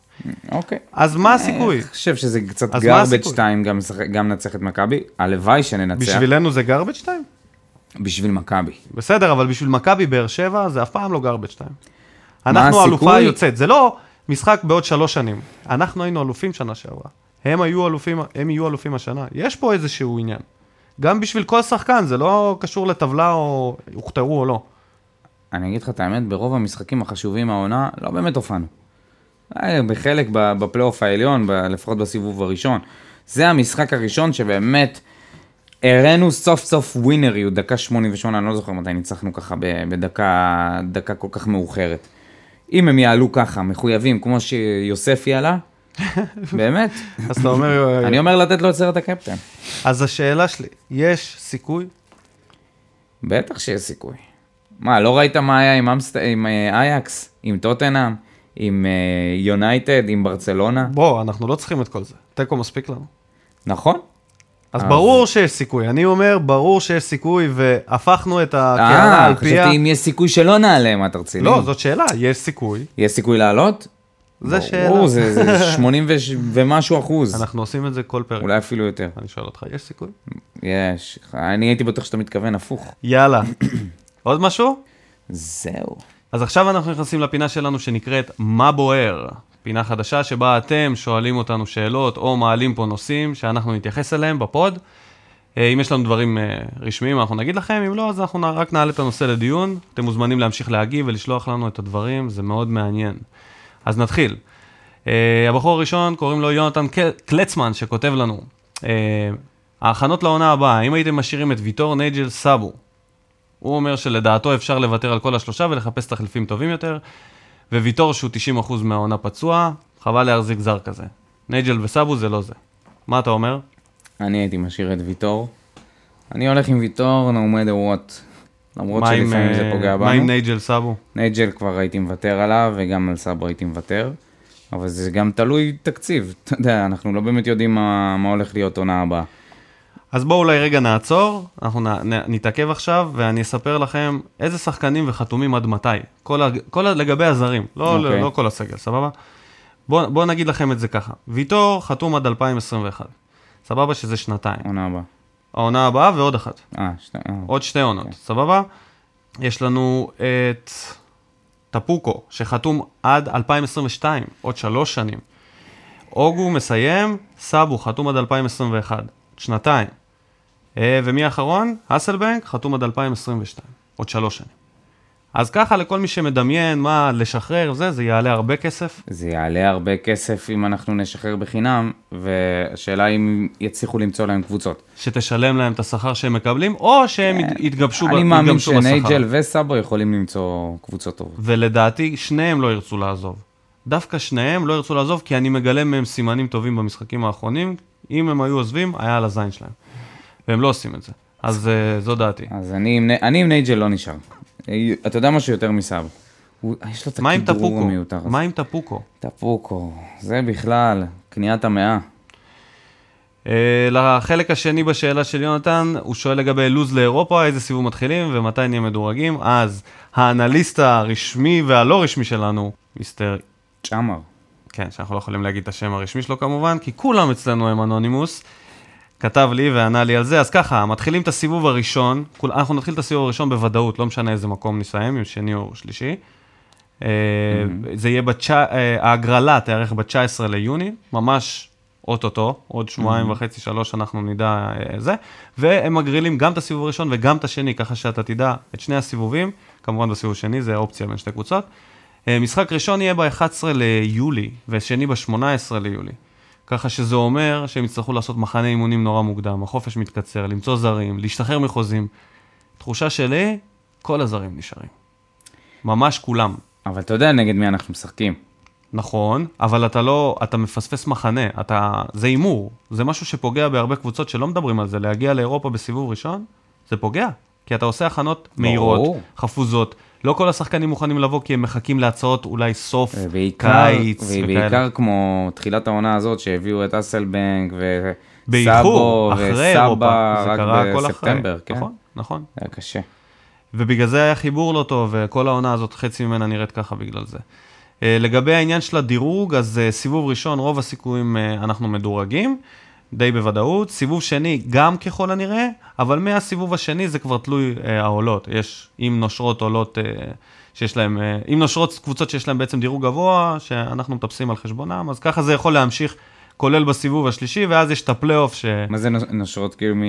B: אוקיי.
A: אז מה הסיכוי?
B: אני חושב שזה קצת
A: אז מה
B: garbage
A: הסיכוי?
B: time גם, לשחק- גם נצח את מכבי, הלוואי שננצח. בשביל,
A: בשבילנו זה garbage time?
B: בשביל מכבי.
A: בסדר, אבל בשביל מכבי באר שבע זה אף פעם לא garbage time. אנחנו
B: הסיכוי?
A: האלופה היוצאת, זה לא משחק בעוד שלוש שנים. אנחנו היינו אלופים שנה שעברה. הם היו אלופים, הם יהיו אלופים השנה. יש פה איזשהו עניין. גם בשביל כל שחקן, זה לא קשור לטבלה או הוכתרו או לא.
B: אני אגיד לך את האמת, ברוב המשחקים החשובים העונה, לא באמת הופענו. אה, בחלק ב- בפלייאוף העליון, ב- לפחות בסיבוב הראשון. זה המשחק הראשון שבאמת הראינו סוף סוף ווינריות, דקה 88, אני לא זוכר מתי ניצחנו ככה ב- בדקה דקה כל כך מאוחרת. אם הם יעלו ככה, מחויבים, כמו שיוספי עלה, באמת,
A: אז אתה אומר...
B: אני אומר לתת לו את סרט הקפטן.
A: אז השאלה שלי, יש סיכוי?
B: בטח שיש סיכוי. מה, לא ראית מה היה עם, אמסט... עם אה, אייקס, עם טוטנאם, עם אה, יונייטד, עם ברצלונה?
A: בוא, אנחנו לא צריכים את כל זה. תיקו מספיק לנו.
B: נכון?
A: אז ברור שיש סיכוי, אני אומר, ברור שיש סיכוי, והפכנו את הקערה
B: אה,
A: כן, על פיה.
B: חשבתי אם יש סיכוי שלא נעלה, מה אתה רציני?
A: לא, זאת שאלה, יש סיכוי,
B: יש סיכוי לעלות?
A: זה שאלה.
B: ברור, זה זה 80 וש- ומשהו אחוז.
A: אנחנו עושים את זה כל פרק.
B: אולי אפילו יותר.
A: אני שואל אותך, יש סיכוי?
B: יש. אני הייתי בטוח שאתה מתכוון הפוך.
A: יאללה. עוד משהו?
B: זהו.
A: אז עכשיו אנחנו נכנסים לפינה שלנו שנקראת מה בוער. פינה חדשה שבה אתם שואלים אותנו שאלות או מעלים פה נושאים שאנחנו נתייחס אליהם בפוד. אה, אם יש לנו דברים אה, רשמיים אנחנו נגיד לכם, אם לא אז אנחנו נ- רק נעלה את הנושא לדיון. אתם מוזמנים להמשיך להגיב ולשלוח לנו את הדברים, זה מאוד מעניין. אז נתחיל. אה, הבחור הראשון קוראים לו יונתן קל- קלצמן שכותב לנו. אה, ההכנות לעונה הבאה, האם הייתם משאירים את ויטור נייג'ל סאבו? הוא אומר שלדעתו אפשר לוותר על כל השלושה ולחפש תחליפים טובים יותר, וויטור שהוא 90% מהעונה פצוע, חבל להחזיק זר כזה. נייג'ל וסאבו זה לא זה. מה אתה אומר?
B: אני הייתי משאיר את ויטור. אני הולך עם ויטור, no matter what. למרות
A: מה עם,
B: שלפעמים זה
A: אה,
B: פוגע
A: מה עם
B: בנו.
A: נייג'ל סאבו?
B: נייג'ל כבר הייתי מוותר עליו, וגם על סאבו הייתי מוותר. אבל זה גם תלוי תקציב. אתה יודע, אנחנו לא באמת יודעים מה מה הולך להיות עונה הבאה.
A: אז בואו אולי רגע נעצור, אנחנו נ, נ, נתעכב עכשיו, ואני אספר לכם איזה שחקנים וחתומים עד מתי. כל, הג- כל ה- לגבי הזרים, לא, okay.
B: אוקיי.
A: לא, לא כל הסגל, סבבה? בואו בוא נגיד לכם את זה ככה. ויטור חתום עד 2021. סבבה שזה שנתיים.
B: עונה הבאה.
A: העונה הבאה ועוד אחת.
B: אה, שתי... אה,
A: עוד שתי עונות, סבבה? יש לנו את טפוקו, שחתום עד 2022, עוד שלוש שנים. אוגו מסיים, סאבו חתום עד 2021, שנתיים. אה, ומי האחרון? האסלבנק, חתום עד 2022, עוד שלוש שנים. אז ככה לכל מי שמדמיין מה לשחרר וזה, זה יעלה הרבה כסף.
B: זה יעלה הרבה כסף אם אנחנו נשחרר בחינם, והשאלה אם יצליחו למצוא להם קבוצות.
A: שתשלם להם את השכר שהם מקבלים, או שהם ית- יתגבשו ב-
B: כן. אני מאמין
A: יתגמשו בשכר.
B: שנייג'ל וסאבו יכולים למצוא קבוצות טובות.
A: ולדעתי שניהם לא ירצו לעזוב. דווקא שניהם לא ירצו לעזוב, כי אני מגלה מהם סימנים טובים במשחקים האחרונים. אם הם היו עוזבים, היה על הזין שלהם. והם לא עושים את זה. אז uh, זו דעתי.
B: אז אני עם, ני- אני עם נייג'ל לא נשאר. אה, אתה יודע משהו יותר מסאבו. הוא- יש לו את
A: מה עם
B: הכידרור
A: טפוקו?
B: המיותר הזה.
A: מה עם טפוקו?
B: טפוקו, זה בכלל, קניית המאה.
A: Uh, לחלק השני בשאלה של יונתן, הוא שואל לגבי לוז לאירופה, איזה סיבוב מתחילים ומתי נהיה מדורגים. אז האנליסט הרשמי והלא רשמי שלנו, מיסטר
B: צ'אמר.
A: כן, שאנחנו לא יכולים להגיד את השם הרשמי שלו כמובן, כי כולם אצלנו הם אנונימוס. כתב לי וענה לי על זה, אז ככה, מתחילים את הסיבוב הראשון, כול- אנחנו נתחיל את הסיבוב הראשון בוודאות, לא משנה איזה מקום נסיים, אם שני או שלישי. אה, זה יהיה, בתש- אה, ההגרלה תיארך ב-19 ליוני, ממש אוטוטו, עוד שבועיים וחצי, שלוש, אנחנו נדע אה, זה. והם מגרילים גם את הסיבוב הראשון וגם את השני, ככה שאתה תדע את שני הסיבובים, כמובן בסיבוב השני, זה האופציה בין שתי קבוצות. אה, משחק ראשון יהיה ב-11 ליולי, ושני ב-18 ליולי. ככה שזה אומר שהם יצטרכו לעשות מחנה אימונים נורא מוקדם, החופש מתקצר, למצוא זרים, להשתחרר מחוזים. תחושה שלי, כל הזרים נשארים. ממש כולם.
B: אבל אתה יודע נגד מי אנחנו משחקים.
A: נכון, אבל אתה לא, אתה מפספס מחנה, אתה, זה הימור, זה משהו שפוגע בהרבה קבוצות שלא מדברים על זה, להגיע לאירופה בסיבוב ראשון, זה פוגע, כי אתה עושה הכנות מהירות,
B: ברור.
A: חפוזות, לא כל השחקנים מוכנים לבוא כי הם מחכים להצעות אולי סוף,
B: אה, ובעיקר,
A: קיץ, וכאלה.
B: ובעיקר כמו תחילת העונה הזאת שהביאו את אסלבנק וסאבו
A: באיחור, אחרי אירופה,
B: וסבא
A: זה
B: רק
A: קרה הכל
B: בספטמבר,
A: אחרי,
B: כן?
A: נכון, נכון.
B: זה היה קשה.
A: ובגלל זה היה חיבור לא טוב, וכל העונה הזאת, חצי ממנה נראית ככה בגלל זה. אה, לגבי העניין של הדירוג, אז אה, סיבוב ראשון, רוב הסיכויים אה, אנחנו מדורגים, די בוודאות. סיבוב שני, גם ככל הנראה, אבל מהסיבוב השני זה כבר תלוי אה, העולות. יש, אם נושרות עולות אה, שיש להם, אה, אם נושרות קבוצות שיש להם בעצם דירוג גבוה, שאנחנו מטפסים על חשבונם, אז ככה זה יכול להמשיך, כולל בסיבוב השלישי, ואז יש את הפלייאוף ש...
B: מה זה נוש- נושרות כאילו מ-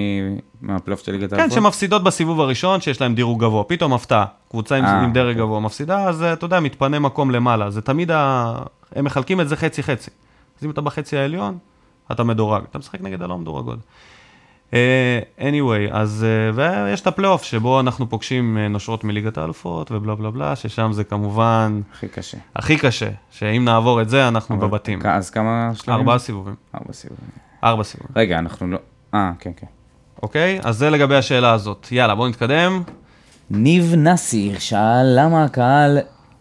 B: מהפלייאוף של ליגת
A: כן,
B: האלופות?
A: שמפסידות בסיבוב הראשון, שיש להם דירוג גבוה. פתאום הפתעה, קבוצה עם,
B: אה,
A: עם דרג גבוה מפסידה, אז אה, אתה יודע, מתפנה מקום למעלה. זה תמיד, ה... הם מחלקים את זה חצי-חצי. אז אם אתה בחצי העליון, אתה מדורג. אתה משחק נגד הלא מדורגות. Uh, anyway, אז uh, ויש את הפלייאוף שבו אנחנו פוגשים אה, נושרות מליגת האלופות ובלה בלה בלה, ששם זה כמובן
B: הכי קשה.
A: הכי קשה, שאם נעבור את זה אנחנו
B: אבל-
A: בבתים.
B: כ- אז כמה שלבים?
A: ארבעה סיבובים,
B: ארבע סיבובים.
A: ארבע סיבובים.
B: רגע, אנחנו לא... אה, כן, כן.
A: אוקיי? אז זה לגבי השאלה הזאת. יאללה, בואו נתקדם.
B: ניב נאסיר שאל למה הקהל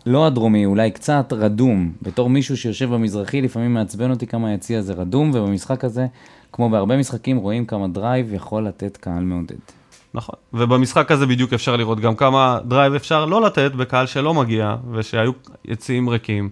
B: לא הדרומי, אולי קצת רדום. בתור מישהו שיושב במזרחי, לפעמים מעצבן אותי כמה היציע הזה רדום, ובמשחק הזה, כמו בהרבה משחקים, רואים כמה דרייב יכול לתת קהל מעודד.
A: נכון. ובמשחק הזה בדיוק אפשר לראות גם כמה דרייב אפשר לא לתת בקהל שלא מגיע, ושהיו יציאים ריקים.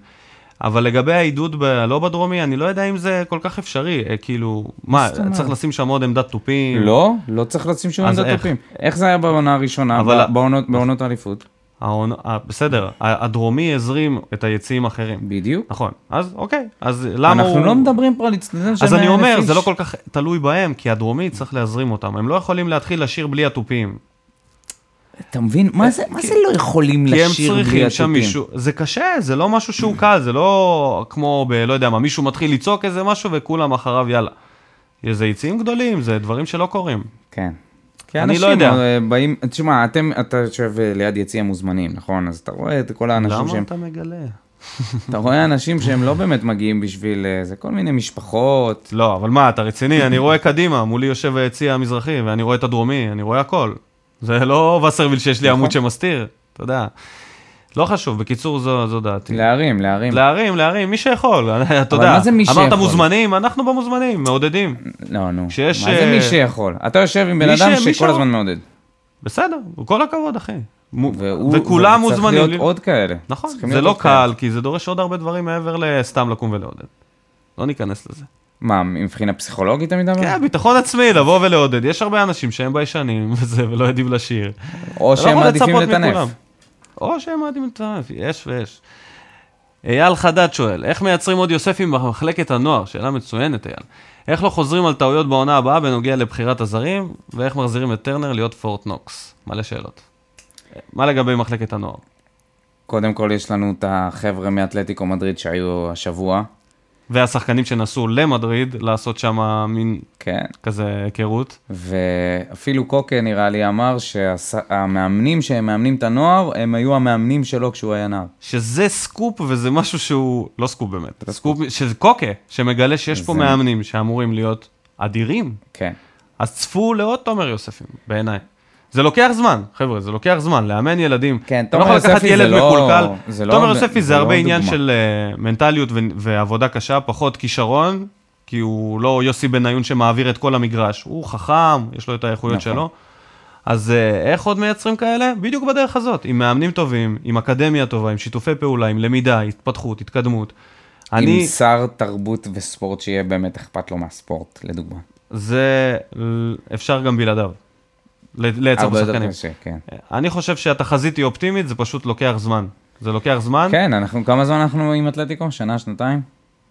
A: אבל לגבי העידוד בלא בדרומי, אני לא יודע אם זה כל כך אפשרי. אה, כאילו, מה,
B: זאת אומרת?
A: צריך לשים שם עוד עמדת תופים?
B: לא, לא צריך לשים שום
A: אז
B: עמדת
A: איך?
B: תופים. איך זה היה בעונה הראשונה,
A: אבל-
B: ב- בעונות- בעונות האליפות?
A: העונ... ה- בסדר, ה- הדרומי הזרים את היציאים האחרים.
B: בדיוק.
A: נכון, אז אוקיי, אז למה הוא...
B: אנחנו לא מדברים פה על אצטדיון של
A: אז אני
B: 100,000
A: אומר,
B: איש.
A: זה לא כל כך תלוי בהם, כי הדרומי צריך להזרים אותם. הם לא יכולים להתחיל לשיר בלי התופים.
B: אתה מבין? מה זה מה זה לא יכולים
A: כי הם
B: לשיר בלי
A: צריכים שם
B: התופים?
A: מישהו... זה קשה, זה לא משהו שהוא קל, זה לא כמו ב... לא יודע מה, מישהו מתחיל לצעוק איזה משהו וכולם אחריו, יאללה. זה יציאים גדולים, זה דברים שלא קורים.
B: כן. כי
A: אני
B: אנשים
A: לא יודע.
B: אה, באים, תשמע, אתם, אתה יושב אה, ליד יציע מוזמנים, נכון? אז אתה רואה את כל האנשים
A: למה
B: שהם,
A: אתה מגלה?
B: אתה רואה אנשים שהם לא באמת מגיעים בשביל, אה, זה כל מיני משפחות.
A: לא, אבל מה, אתה רציני? אני רואה קדימה, מולי יושב היציע המזרחי, ואני רואה את הדרומי, אני רואה הכל. זה לא וסרוויל שיש לי
B: נכון.
A: עמוד שמסתיר, אתה יודע. לא חשוב, בקיצור, זו, זו דעתי.
B: להרים, להרים.
A: להרים, להרים, מי שיכול, אתה
B: אבל
A: יודע.
B: מה זה מי
A: אמרת
B: שיכול?
A: מוזמנים, אנחנו במוזמנים, מעודדים.
B: לא, נו.
A: כשיש,
B: מה זה
A: אה,
B: מי שיכול? אתה יושב עם בן
A: מי
B: אדם
A: ש- מי
B: שכל
A: שרוצה.
B: הזמן מעודד.
A: בסדר, כל הכבוד, אחי. מו-
B: והוא-
A: וכולם
B: וצריך
A: מוזמנים.
B: להיות
A: ל-
B: עוד כאלה.
A: נכון,
B: צריכים
A: זה
B: להיות
A: לא
B: עוד כאלה.
A: קל, כי זה דורש עוד הרבה דברים מעבר לסתם לקום ולעודד. לא ניכנס לזה.
B: מה, מבחינה פסיכולוגית אתה מדבר?
A: כן, ביטחון עצמי, לבוא ולעודד. יש הרבה אנשים שהם ביישנים וזה, ולא יודעים לשיר.
B: או
A: אתה לא
B: שהם
A: יכול
B: מעדיפים
A: לצפות
B: לטנף.
A: מכולם. או שהם מעדיפים לטנף, יש ויש. אייל חדד שואל, איך מייצרים עוד יוספים במחלקת הנוער? שאלה מצוינת, אייל. איך לא חוזרים על טעויות בעונה הבאה בנוגע לבחירת הזרים, ואיך מחזירים את טרנר להיות פורט נוקס? מלא שאלות. מה לגבי מחלקת הנוער?
B: קודם כל יש לנו את החבר'ה מאתלטיקו מדריד שהיו השבוע.
A: והשחקנים שנסעו למדריד לעשות שם מין
B: כן.
A: כזה היכרות.
B: ואפילו קוקה נראה לי אמר שהמאמנים שהם מאמנים את הנוער, הם היו המאמנים שלו כשהוא היה נער.
A: שזה סקופ וזה משהו שהוא, לא סקופ באמת, סקופ, שזה קוקה, שמגלה שיש פה
B: זה-
A: מאמנים שאמורים להיות אדירים.
B: כן.
A: אז צפו לעוד תומר יוספים, בעיניי. זה לוקח זמן, חברה, זה לוקח זמן, לאמן ילדים.
B: כן,
A: אתה
B: תומר
A: לא יכול לקחת
B: יוספי זה
A: ילד
B: לא-
A: מקולקל.
B: זה לא-
A: תומר יוספי
B: זה
A: זה
B: לא
A: הרבה עניין
B: דוגמה.
A: של אה, מנטליות ו- ועבודה קשה, פחות כישרון, כי הוא לא יוסי בניון שמעביר את כל המגרש. הוא חכם, יש לו את האיכויות
B: נכון.
A: שלו. אז אה, איך עוד מייצרים כאלה? בדיוק בדרך הזאת, עם מאמנים טובים, עם אקדמיה טובה, עם שיתופי פעולה, עם למידה, התפתחות, התקדמות.
B: אני... עם
A: אני,
B: שר תרבות וספורט שיהיה באמת אכפת לו מהספורט, לדוגמה.
A: זה ל- אפשר גם בלעדיו. ל- לייצר
B: הרבה יותר
A: בשחקנים.
B: קשה, כן.
A: אני חושב שהתחזית היא אופטימית, זה פשוט לוקח זמן. זה לוקח זמן,
B: כן, אנחנו, כמה זמן אנחנו עם אתלטיקו? שנה, שנתיים?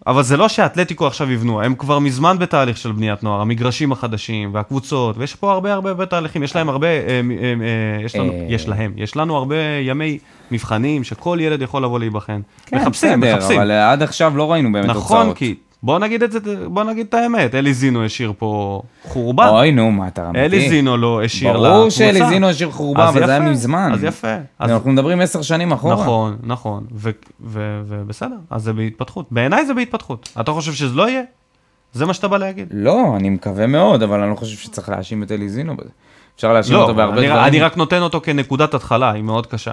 A: אבל זה לא שאתלטיקו עכשיו יבנו, הם כבר מזמן בתהליך של בניית נוער, המגרשים החדשים והקבוצות, ויש פה הרבה הרבה הרבה תהליכים, יש להם הרבה, אה, אה, אה, יש לנו,
B: אה.
A: יש להם, יש לנו הרבה ימי מבחנים שכל ילד יכול לבוא להיבחן. כן, מחפשים,
B: כן, בסדר,
A: מחפשים.
B: אבל אה, עד עכשיו לא ראינו באמת תוצאות.
A: נכון, כי בוא נגיד את זה, בוא נגיד את האמת, אלי זינו השאיר פה חורבן.
B: אוי, נו, מה אתה רמתי?
A: אלי זינו לא השאיר לקבוצה.
B: ברור שאלי זינו השאיר חורבן,
A: אז
B: אבל זה היה
A: יפה,
B: מזמן.
A: אז יפה. אז
B: אנחנו מדברים עשר שנים אחורה.
A: נכון, נכון, ו- ו- ובסדר, אז זה בהתפתחות. בעיניי זה בהתפתחות. אתה חושב שזה לא יהיה? זה מה שאתה בא להגיד.
B: לא, אני מקווה מאוד, אבל אני לא חושב שצריך להאשים את אלי זינו בזה. אפשר להאשים
A: לא,
B: אותו בהרבה
A: אני,
B: דברים.
A: אני רק נותן אותו כנקודת התחלה, היא מאוד קשה.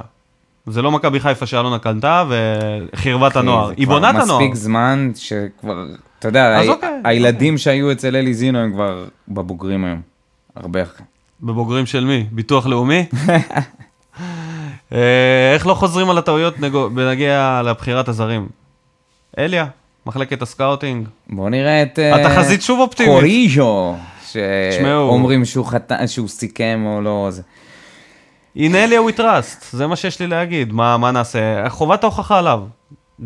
A: זה לא מכבי חיפה שאלונה קנתה וחרבת הנוער.
B: אה, זה
A: היא
B: כבר
A: בונה את הנוער.
B: מספיק זמן שכבר, אתה יודע,
A: אז
B: ה-
A: אוקיי,
B: הילדים שהיו אצל אלי זינו הם כבר בבוגרים היום. הרבה אחרי.
A: בבוגרים של מי? ביטוח לאומי? אה, איך לא חוזרים על הטעויות נגו- בנגיע לבחירת הזרים? אליה, מחלקת הסקאוטינג.
B: בואו נראה את... אה,
A: התחזית שוב אופטימית.
B: קוריז'ו,
A: תשמעו.
B: שאומרים שהוא חת- שהוא סיכם או לא. זה-
A: In Elia we trust, זה מה שיש לי להגיד, מה, מה נעשה? חובת ההוכחה עליו,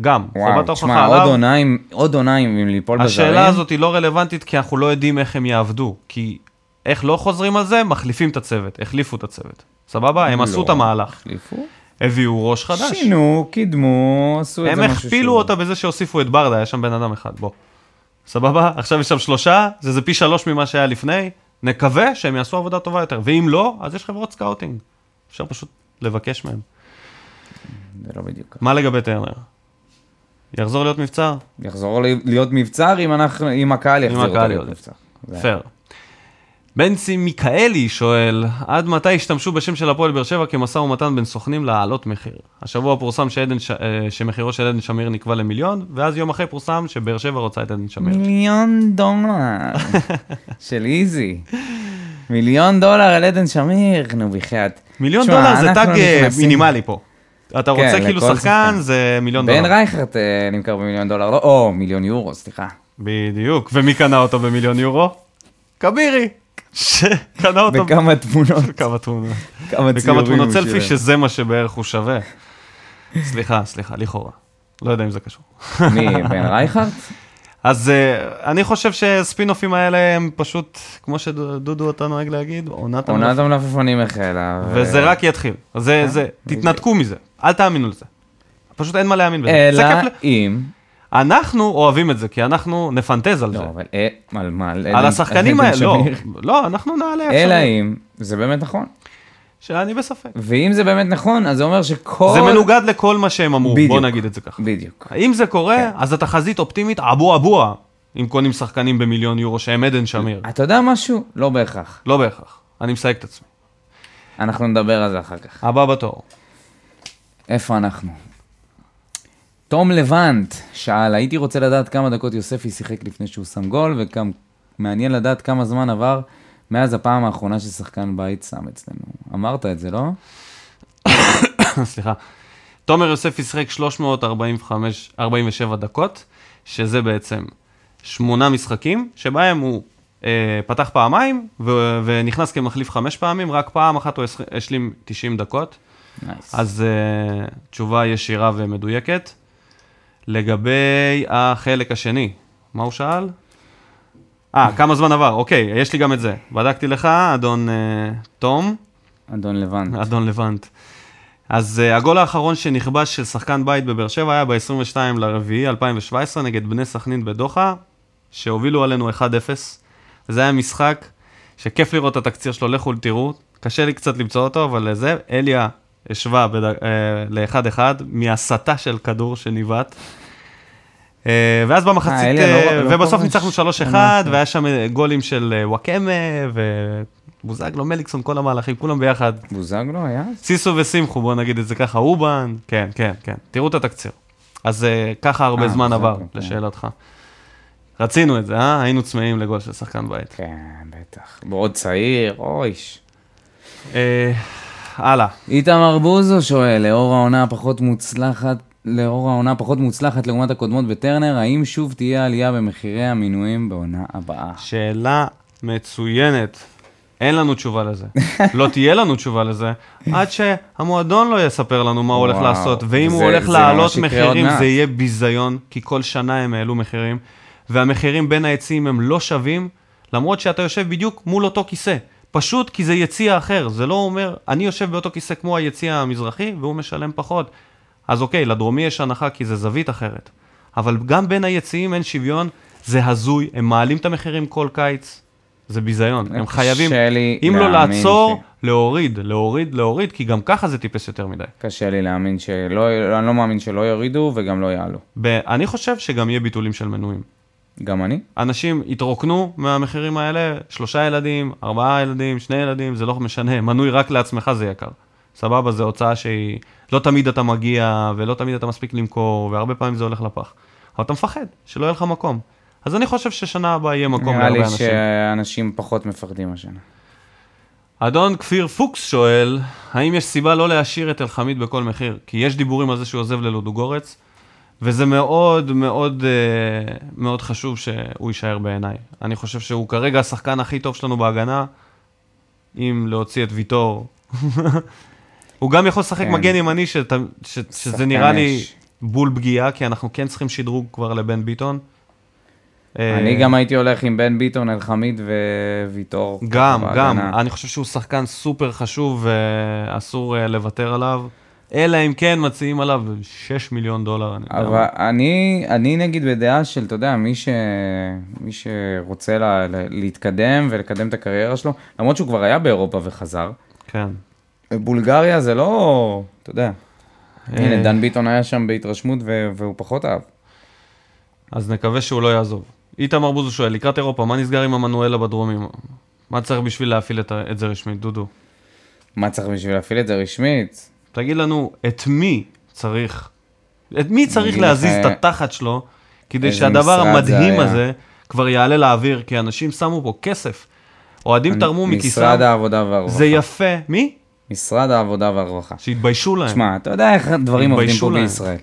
A: גם, חובת
B: וואו,
A: ההוכחה
B: תשמע, עוד
A: עליו.
B: עונה עם- עוד עונה עם ליפול בזרים.
A: השאלה הזאת היא לא רלוונטית כי אנחנו לא יודעים איך הם יעבדו, כי איך לא חוזרים על זה? מחליפים את הצוות, החליפו את הצוות. סבבה? הם
B: לא.
A: עשו את המהלך,
B: החליפו?
A: הביאו ראש חדש.
B: שינו, קידמו, עשו את
A: הם
B: זה משהו
A: הכפילו
B: שהוא-
A: אותה בזה שהוסיפו את ברדה, היה שם בן אדם אחד, בוא. סבבה? עכשיו יש שם שלושה, זה, זה פי שלוש ממה שהיה לפני, נקווה שהם יעשו עבודה טובה יותר, ואם לא, אז יש חברות סקאוטינג. אפשר פשוט לבקש מהם.
B: זה לא בדיוק.
A: מה לגבי טרנר? יחזור להיות מבצר?
B: יחזור להיות מבצר אם אנחנו, אם הקהל יחזיר אותו
A: הקהל
B: להיות
A: יעודד.
B: מבצר. זה-
A: פייר. בנצי מיכאלי שואל, עד מתי ישתמשו בשם של הפועל באר שבע כמשא ומתן בין סוכנים להעלות מחיר? השבוע פורסם שעדן ש... אה, שמחירו של עדן שמיר נקבע למיליון, ואז יום אחרי פורסם שבאר שבע רוצה את עדן שמיר.
B: מיליון דולר של איזי. מיליון דולר על עדן שמיר, נו בחייאת.
A: מיליון
B: תשמע,
A: דולר זה
B: אנחנו
A: תג אה,
B: נכנסים-
A: מינימלי פה. אתה רוצה
B: כן,
A: כאילו
B: לכל
A: שחקן,
B: שחקן.
A: זה מיליון
B: בן
A: דולר.
B: רייכרט אה, נמכר במיליון דולר, לא, או מיליון יורו, סליחה.
A: בדיוק. ומי קנה אותו במיליון יורו? כבירי. שקנה אותו
B: בכמה תמונות,
A: בכמה תמונות.
B: כמה
A: לא וכמה
B: ציורים.
A: תמונות
B: בשביל-
A: סלפי שזה מה שבערך הוא שווה. סליחה, סליחה, לכאורה. לא יודע אם זה קשור.
B: מי, בן רייכרט?
A: אז אה, אני חושב שהספינופים האלה הם פשוט, כמו שדודו אתה נוהג להגיד, עונת
B: עונת כן,
A: המלפפונים.
B: המלפפונים החלה. ו-
A: וזה רק יתחיל. זה, זה, תתנתקו מזה, אל תאמינו לזה. פשוט אין מה להאמין בזה. זה
B: אלא
A: כיף ל-
B: אם...
A: אנחנו אוהבים את זה, כי אנחנו נפנטז על זה.
B: לא, אבל אה, על מה?
A: על
B: עדן-
A: השחקנים
B: עדן
A: האלה, לא,
B: שמיר?
A: לא, אנחנו נעלה
B: אלא
A: עכשיו,
B: אם זה באמת נכון.
A: שאני בספק.
B: ואם זה באמת נכון, אז זה אומר שכל...
A: זה מנוגד לכל מה שהם אמרו, בוא
B: בדיוק.
A: נגיד את זה ככה.
B: בדיוק.
A: אם זה קורה, אז התחזית אופטימית אבו אבוה, אם קונים שחקנים במיליון יורו שהם עדן שמיר.
B: אתה יודע משהו? לא בהכרח.
A: לא בהכרח, אני מסייג את עצמי.
B: אנחנו נדבר על זה אחר כך.
A: הבא בתור.
B: איפה אנחנו? תום לבנט שאל, הייתי רוצה לדעת כמה דקות יוספי שיחק לפני שהוא שם גול, וגם מעניין לדעת כמה זמן עבר מאז הפעם האחרונה ששחקן בית שם אצלנו. אמרת את זה, לא?
A: סליחה. תומר יוספי שיחק 345 47 דקות, שזה בעצם שמונה משחקים, שבהם הוא אה, פתח פעמיים ו- ונכנס כמחליף חמש פעמים, רק פעם אחת הוא הש- השלים 90 דקות.
B: נייס.
A: אז אה, תשובה ישירה ומדויקת. לגבי החלק השני, מה הוא שאל? אה, כמה זמן עבר, אוקיי, יש לי גם את זה. בדקתי לך, אדון אה, תום.
B: אדון לבנט.
A: כן, אדון לבנט. אז uh, הגול האחרון שנכבש של שחקן בית בבאר שבע היה ב-22 לרביעי 2017 נגד בני סכנין בדוחה, שהובילו עלינו 1-0. זה היה משחק שכיף לראות את התקציר שלו, לכו תראו, קשה לי קצת למצוא אותו, אבל אה, זה, אליה השווה בד... אה, ל-1-1 מהסטה של כדור שניבט. אה, ואז
B: אה,
A: במחצית,
B: אליה
A: אה,
B: לא- לא
A: ובסוף
B: כובש.
A: ניצחנו 3-1,
B: אה,
A: והיה שם אה, גולים של אה, וואקמה, ובוזגלו, מליקסון, כל המהלכים, כולם ביחד.
B: בוזגלו היה? אז?
A: סיסו ושמחו, בוא נגיד את זה ככה, אובן, כן, כן, כן, תראו את התקציר. אז אה, ככה הרבה
B: אה,
A: זמן
B: בסדר,
A: עבר,
B: כן.
A: לשאלתך. רצינו את זה, אה? היינו צמאים לגול של שחקן בית.
B: כן, בטח. מאוד צעיר, אויש.
A: אה, הלאה,
B: איתמר בוזו שואל, לאור העונה הפחות מוצלחת, לאור העונה הפחות מוצלחת לעומת הקודמות בטרנר, האם שוב תהיה עלייה במחירי המינויים בעונה הבאה?
A: שאלה מצוינת. אין לנו תשובה לזה. לא תהיה לנו תשובה לזה, עד שהמועדון לא יספר לנו מה הוא הולך
B: וואו,
A: לעשות. ואם הוא
B: זה-
A: הולך
B: זה
A: להעלות
B: ממש יקרה עוד
A: מחירים,
B: מעט.
A: זה יהיה ביזיון, כי כל שנה הם העלו מחירים, והמחירים בין היציעים הם לא שווים, למרות שאתה יושב בדיוק מול אותו כיסא. פשוט כי זה יציע אחר, זה לא אומר, אני יושב באותו כיסא כמו היציע המזרחי, והוא משלם פחות. אז אוקיי, לדרומי יש הנחה כי זה זווית אחרת. אבל גם בין היציעים אין שוויון, זה הזוי, הם מעלים את המחירים כל קיץ, זה ביזיון. הם
B: קשה
A: חייבים,
B: לי
A: אם לא
B: להאמין
A: לעצור,
B: ש-
A: להוריד, להוריד, להוריד, כי גם ככה זה טיפס יותר מדי.
B: קשה לי להאמין שלא, אני לא מאמין שלא יורידו וגם לא יעלו.
A: ב- אני חושב שגם יהיה ביטולים של מנויים.
B: גם אני?
A: אנשים יתרוקנו מהמחירים האלה, שלושה ילדים, ארבעה ילדים, שני ילדים, זה לא משנה, מנוי רק לעצמך זה יקר. סבבה, זו הוצאה שהיא, לא תמיד אתה מגיע, ולא תמיד אתה מספיק למכור, והרבה פעמים זה הולך לפח. אבל אתה מפחד, שלא יהיה לך מקום. אז אני חושב ששנה הבאה יהיה מקום
B: נראה
A: להרבה
B: לי
A: אנשים.
B: שאנשים פחות מפחדים השנה.
A: אדון כפיר פוקס שואל, האם יש סיבה לא להשאיר את אלחמיד בכל מחיר? כי יש דיבורים על זה שהוא עוזב ללודוגורץ, וזה מאוד מאוד אה, מאוד חשוב שהוא יישאר בעיניי. אני חושב שהוא כרגע השחקן הכי טוב שלנו בהגנה, אם להוציא את ויטור. הוא גם יכול לשחק
B: כן.
A: מגן ימני, שת, ש, שזה
B: שחקן
A: נראה לי
B: אש.
A: בול פגיעה, כי אנחנו כן צריכים שדרוג כבר לבן ביטון. אה,
B: אני גם הייתי הולך עם בן ביטון, אלחמיד וויטור.
A: גם,
B: ככה
A: גם.
B: בהגנה.
A: אני חושב שהוא שחקן סופר חשוב ואסור אה, לוותר עליו. אלא אם כן מציעים עליו 6 מיליון דולר. אני יודע
B: אבל
A: מה.
B: אני, אני נגיד בדעה של, אתה יודע, מי, ש, מי שרוצה לה, לה, להתקדם ולקדם את הקריירה שלו, למרות שהוא כבר היה באירופה וחזר,
A: כן.
B: בולגריה זה לא, אתה יודע,
A: אה,
B: הנה, דן ביטון היה שם בהתרשמות ו, והוא פחות אהב.
A: אז נקווה שהוא לא יעזוב. איתמר בוזו שואל, לקראת אירופה, מה נסגר עם עמנואלה בדרומי? מה צריך בשביל להפעיל את ה- את זה רשמית, דודו?
B: מה צריך בשביל להפעיל את זה רשמית?
A: תגיד לנו את מי צריך, את מי צריך
B: אגיד לך,
A: להזיז את התחת שלו, כדי
B: איזה
A: שהדבר
B: משרד זה
A: המדהים
B: היה.
A: הזה כבר יעלה לאוויר, כי אנשים שמו פה כסף. אוהדים תרמו מכיסם,
B: משרד העבודה והרווחה.
A: זה יפה. מי?
B: משרד העבודה והרווחה.
A: שיתביישו להם.
B: שמע, אתה יודע איך הדברים עובדים
A: התביישו
B: פה
A: להם.
B: בישראל.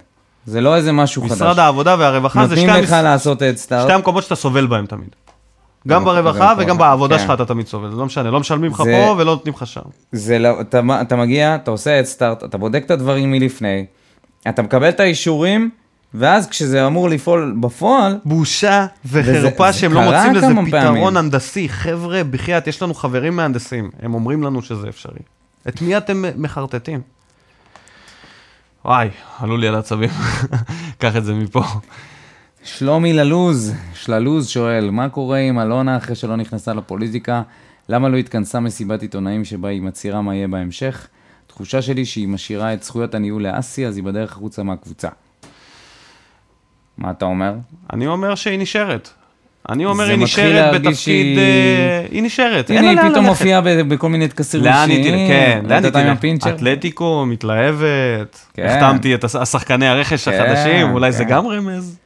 B: זה לא איזה משהו חדש.
A: משרד העבודה והרווחה זה שתי
B: נותנים לך
A: המס-
B: לעשות
A: שתי
B: הדסטארט.
A: המקומות שאתה סובל בהם תמיד. גם
B: גם-
A: ברווחה
B: גם
A: וגם
B: פה,
A: בעבודה
B: כן.
A: שלך אתה תמיד סובל, זה לא משנה, לא משלמים לך
B: זה-
A: פה ולא נותנים לך שם.
B: זה לא, אתה, אתה מגיע, אתה עושה הדסטארט, אתה בודק את הדברים מלפני, אתה מקבל את האישורים, ואז כשזה אמור לפעול בפועל,
A: בושה וחרפה
B: זה
A: שהם לא
B: קרה
A: מוצאים לזה
B: כמה
A: פתרון
B: פעמים.
A: הנדסי. חבר'ה, בחייאת, יש לנו חברים מהנדסים, הם אומרים לנו שזה אפשרי. את מי אתם מחרטטים? וואי, עלו לי על העצבים. קח את זה מפה.
B: שלומי ללוז, שללוז שואל, מה קורה עם אלונה אחרי שלא נכנסה לפוליטיקה? למה לא התכנסה מסיבת עיתונאים שבה היא מצהירה מה יהיה בהמשך? תחושה שלי שהיא משאירה את זכויות הניהול לאסי, אז היא בדרך החוצה מהקבוצה. מה אתה אומר?
A: אני אומר שהיא נשארת. אני אומר,
B: זה
A: היא
B: מתחיל
A: נשארת
B: להרגיש
A: בתפקיד...
B: שהיא-
A: אה, היא נשארת. אין
B: הנה,
A: לה
B: היא
A: לאן
B: פתאום
A: ללכת.
B: מופיעה ב- בכל מיני טקסים
A: לא, לאן היא תלך? כן, לאן היא
B: נתת עם
A: תלך?
B: הפינצ'ר?
A: אתלטיקו, מתלהבת,
B: כן.
A: החתמתי את הש- השחקני הרכש
B: כן,
A: החדשים, אולי זה
B: כן.
A: גם רמז.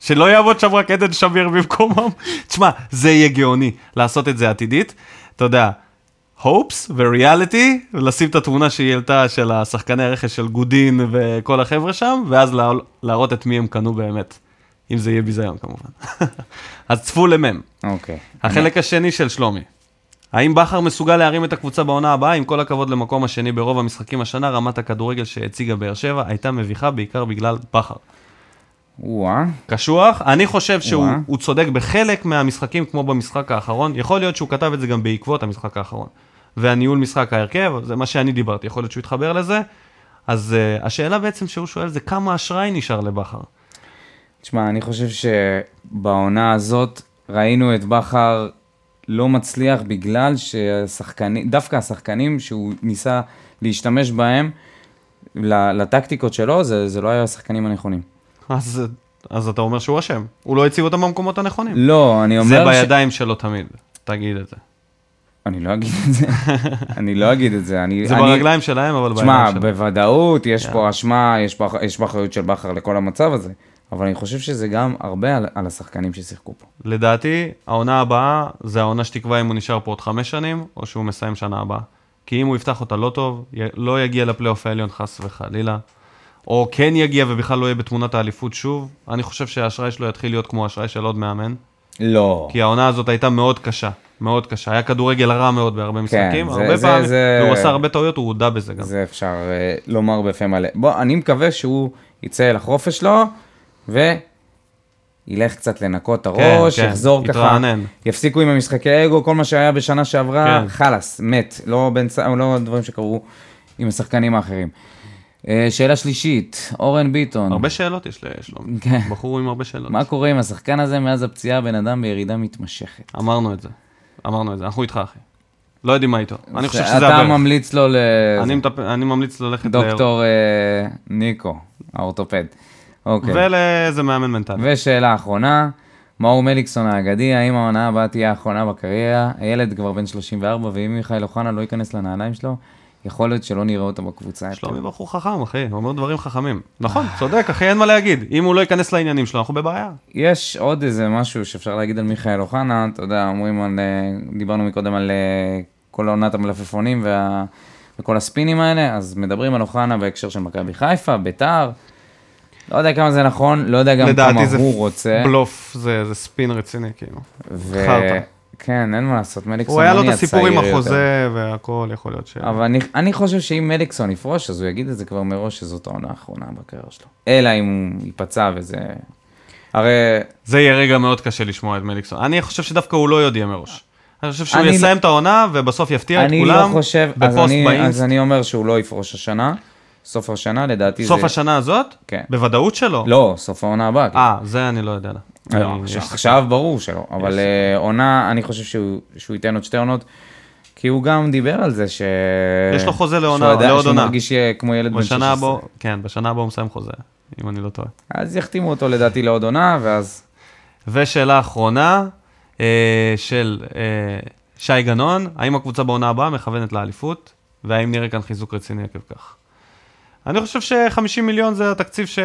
A: שלא יעבוד שם רק עדן שמיר במקומם. תשמע, זה יהיה גאוני, לעשות את זה עתידית. אתה יודע, hopes וריאליטי, לשים את התמונה שהיא העלתה של השחקני הרכש של גודין וכל החבר'ה שם, ואז לה- להראות את מי הם קנו באמת. אם זה יהיה ביזיון כמובן. אז צפו למם.
B: אוקיי.
A: החלק השני של שלומי. האם בכר מסוגל להרים את הקבוצה בעונה הבאה? עם כל הכבוד למקום השני ברוב המשחקים השנה, רמת הכדורגל שהציגה באר שבע הייתה מביכה בעיקר בגלל בכר.
B: וואה,
A: קשוח, אני חושב שהוא
B: וואה.
A: הוא צודק בחלק מהמשחקים כמו במשחק האחרון, יכול להיות שהוא כתב את זה גם בעקבות המשחק האחרון. והניהול משחק ההרכב, זה מה שאני דיברתי, יכול להיות שהוא התחבר לזה. אז uh, השאלה בעצם שהוא שואל זה כמה אשראי נשאר לבכר.
B: תשמע, אני חושב שבעונה הזאת ראינו את בכר לא מצליח בגלל שהשחקנים, דווקא השחקנים שהוא ניסה להשתמש בהם ל- לטקטיקות שלו, זה, זה לא היו השחקנים הנכונים.
A: אז, אז אתה אומר שהוא אשם, הוא לא הציב אותם במקומות הנכונים.
B: לא, אני אומר...
A: זה
B: ש-
A: בידיים שלו תמיד, תגיד את זה.
B: אני לא אגיד את זה. אני לא אגיד את זה. אני,
A: זה
B: אני...
A: ברגליים שלהם, אבל
B: תשמע,
A: בידיים שלהם.
B: בוודאות יש פה אשמה, יש פה- יש פה אחריות של בכר לכל המצב הזה, אבל אני חושב שזה גם הרבה על, על השחקנים ששיחקו פה.
A: לדעתי, העונה הבאה זה העונה שתקבע אם הוא נשאר פה עוד חמש שנים, או שהוא מסיים שנה הבאה. כי אם הוא יפתח אותה לא טוב, י- לא יגיע לפלייאוף העליון חס וחלילה, או כן יגיע ובכלל לא יהיה בתמונת האליפות שוב, אני חושב שהאשראי שלו יתחיל להיות כמו האשראי של עוד מאמן,
B: לא.
A: כי העונה הזאת הייתה מאוד קשה, מאוד קשה. היה כדורגל רע מאוד בהרבה משחקים,
B: כן, זה-
A: הרבה
B: זה-
A: פעמים,
B: זה-
A: והוא עשה הרבה טעויות, הוא הודה בזה גם.
B: זה אפשר אה, לומר בפה מלא. בוא, אני מקווה שהוא יצא לחופש שלו, וילך קצת לנקות את
A: כן,
B: הראש,
A: כן,
B: יחזור ככה,
A: יתרענן.
B: יפסיקו עם המשחקי אגו, כל מה שהיה בשנה שעברה,
A: כן.
B: חלאס, מת, לא, בין, לא דברים שקרו עם השחקנים האחרים. אה, שאלה שלישית, אורן ביטון.
A: הרבה שאלות יש לשלומי,
B: כן.
A: בחור עם הרבה שאלות.
B: מה קורה עם השחקן הזה מאז הפציעה, בן אדם בירידה מתמשכת?
A: אמרנו את זה. אמרנו את זה, אנחנו איתך אחי. לא יודעים מה איתו. אני חושב שזה
B: אתה
A: הדרך.
B: ממליץ לו ל...
A: אני מטפ- אני ממליץ ללכת ל...
B: דוקטור אה, ניקו, האורתופד. אוקיי.
A: ולאיזה מאמן מנטלי.
B: ושאלה אחרונה, מאור מליקסון האגדי, האם העונה הבאה תהיה האחרונה בקריירה? הילד כבר בן 34, ואם מיכאל אוחנה לא ייכנס לנעליים שלו, יכול להיות שלא נראה אותו בקבוצה. יותר.
A: שלומי בחור חכם אחי, הוא אומר דברים חכמים. נכון, צודק אחי, אין מה להגיד. אם הוא לא ייכנס לעניינים שלו, אנחנו בבעיה.
B: יש עוד איזה משהו שאפשר להגיד על מיכאל אוחנה, אתה יודע, אומרים על... אה, דיברנו מקודם על אה, כל עונת המלפפונים וה... וכל הספינים האלה, אז מדברים על אוחנה בהקשר של מכבי חיפה, ביתר. לא יודע כמה זה נכון, לא יודע גם כמה
A: לדעתי זה
B: הוא רוצה.
A: בלוף, זה זה ספין רציני כאילו.
B: ו-
A: חרטא.
B: כן, אין מה לעשות, מליקסון
A: הוא היה לו את
B: אני
A: הסיפור עם
B: הצעיר יותר.
A: החוזה והכל, יכול להיות ש...
B: כן. אבל אני, אני חושב שאם מליקסון יפרוש, אז הוא יגיד את זה כבר מראש, שזאת העונה האחרונה בקריירה שלו. אלא אם הוא ייפצע וזה... הרי...
A: זה יהיה רגע מאוד קשה לשמוע את מליקסון. אני חושב שדווקא הוא לא יודיע מראש. אני חושב שהוא
B: אני- לא-
A: יסיים את העונה ובסוף יפתיע את
B: אני
A: כולם.
B: לא חושב... אז
A: בפוסט
B: אני, אז
A: באינסט.
B: אני אומר שהוא לא יפרוש השנה. סוף השנה, לדעתי
A: סוף
B: זה...
A: השנה הזאת?
B: כן.
A: בוודאות שלא.
B: לא, סוף העונה הבאה. כאילו.
A: אה, זה אני לא יודע.
B: לא,
A: אני-
B: עכשיו-
A: יש-
B: עכשיו ברור שלא, אבל אה, עונה, אני חושב שהוא- שהוא ייתן עוד שתי עונות, כי הוא גם דיבר על זה ש...
A: יש לו חוזה לעונה-
B: שהוא יודע-
A: לעוד עונה.
B: שהוא מרגיש אה, כמו ילד בן 16.
A: בשנה הבאה, כן, בשנה הבאה הוא מסיים חוזה, אם אני לא טועה.
B: אז יחתימו אותו לדעתי לעוד עונה, ואז...
A: ושאלה אחרונה, אה, של אה, שי גנון, האם הקבוצה בעונה הבאה מכוונת לאליפות, והאם נראה כאן חיזוק רציני עקב כך? אני חושב ש-50 מיליון זה התקציב ש...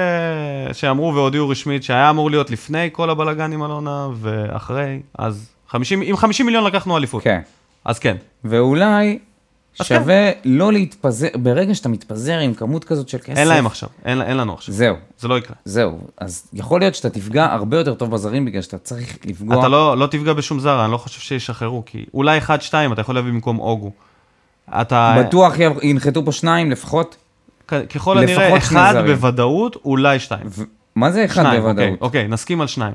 A: שאמרו והודיעו רשמית שהיה אמור להיות לפני כל הבלאגן עם אלונה ואחרי, אז 50, עם 50 מיליון לקחנו אליפות,
B: כן.
A: אז כן.
B: ואולי
A: אז כן.
B: שווה לא להתפזר, ברגע שאתה מתפזר עם כמות כזאת של כסף...
A: אין להם עכשיו, אין, אין לנו עכשיו,
B: זהו,
A: זה לא יקרה.
B: זהו. אז יכול להיות שאתה תפגע הרבה יותר טוב בזרים בגלל שאתה צריך לפגוע...
A: אתה לא, לא תפגע בשום זר, אני לא חושב שישחררו, כי אולי 1-2 אתה יכול להביא במקום אוגו. אתה...
B: בטוח י- ינחתו פה שניים לפחות.
A: כ- ככל
B: לפחות
A: הנראה,
B: שני
A: אחד
B: זרים.
A: בוודאות, אולי שתיים.
B: ו- מה זה אחד
A: שניים, אוקיי,
B: בוודאות?
A: אוקיי, נסכים על שניים.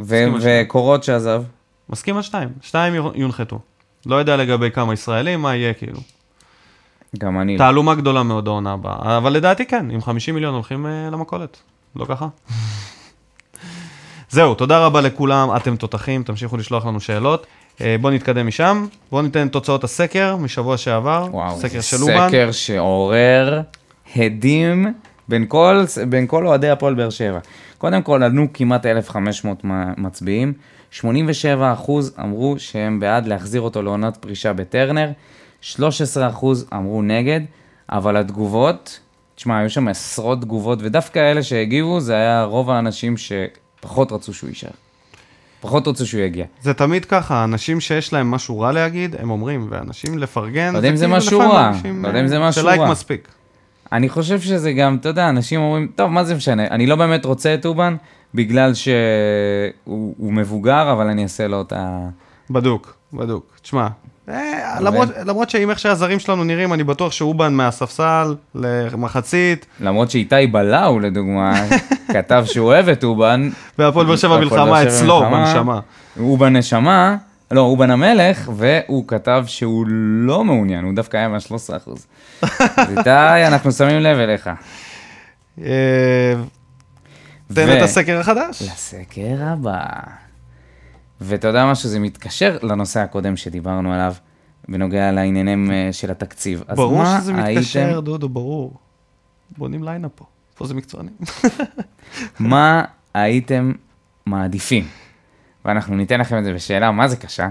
B: ו-
A: מסכים על
B: וקורות שעזב.
A: מסכים על שתיים, שתיים יו- יונחתו. לא יודע לגבי כמה ישראלים, מה יהיה כאילו.
B: גם אני. לא.
A: תעלומה גדולה מאוד העונה הבאה, אבל לדעתי כן, עם 50 מיליון הולכים אה, למכולת, לא ככה? זהו, תודה רבה לכולם, אתם תותחים, תמשיכו לשלוח לנו שאלות. אה, בואו נתקדם משם, בואו ניתן את תוצאות הסקר משבוע שעבר,
B: וואו,
A: סקר
B: זה
A: של לובן.
B: סקר שעורר הדים בין כל, בין כל אוהדי הפועל באר שבע. קודם כל, עלו כמעט 1,500 מ- מצביעים. 87% אמרו שהם בעד להחזיר אותו לעונת פרישה בטרנר. 13% אמרו נגד, אבל התגובות, תשמע, היו שם עשרות תגובות, ודווקא אלה שהגיבו, זה היה רוב האנשים שפחות רצו שהוא יישאר. פחות רצו שהוא יגיע.
A: זה תמיד ככה, אנשים שיש להם משהו רע להגיד, הם אומרים, ואנשים לפרגן,
B: לא יודע אם זה
A: כאילו
B: משהו
A: לפעמים
B: רע,
A: אנשים,
B: לא יודע אם זה
A: אה,
B: משהו
A: שלייק
B: רע.
A: מספיק.
B: אני חושב שזה גם, אתה יודע, אנשים אומרים, טוב, מה זה משנה, אני לא באמת רוצה את אובן, בגלל שהוא הוא מבוגר, אבל אני אעשה לו את ה...
A: בדוק, בדוק. תשמע, אה,
B: לא
A: למרות- למרות שעם איך שהזרים שלנו נראים, אני בטוח שאובן מהספסל למחצית,
B: למרות שאיתי בלאו, לדוגמה, כתב שהוא אוהב את אובן. לא
A: והפועל באר שבע
B: והפועל באר
A: מלחמה
B: שבע
A: אצלו,
B: מלחמה,
A: בנשמה.
B: אובן נשמה, לא, אובן המלך, והוא כתב שהוא לא מעוניין, הוא דווקא היה מה-13%. אז איתי, אנחנו שמים לב אליך.
A: אה, תן
B: ו-
A: את הסקר החדש.
B: לסקר הבא. ואתה יודע משהו, זה מתקשר לנושא הקודם שדיברנו עליו, בנוגע לעניינים אה, של התקציב. אז
A: ברור
B: מה
A: שזה מתקשר, דודו, ברור. בונים ליינה פה. פה זה מקצוענים.
B: מה הייתם מעדיפים? ואנחנו ניתן לכם את זה בשאלה מה זה קשה.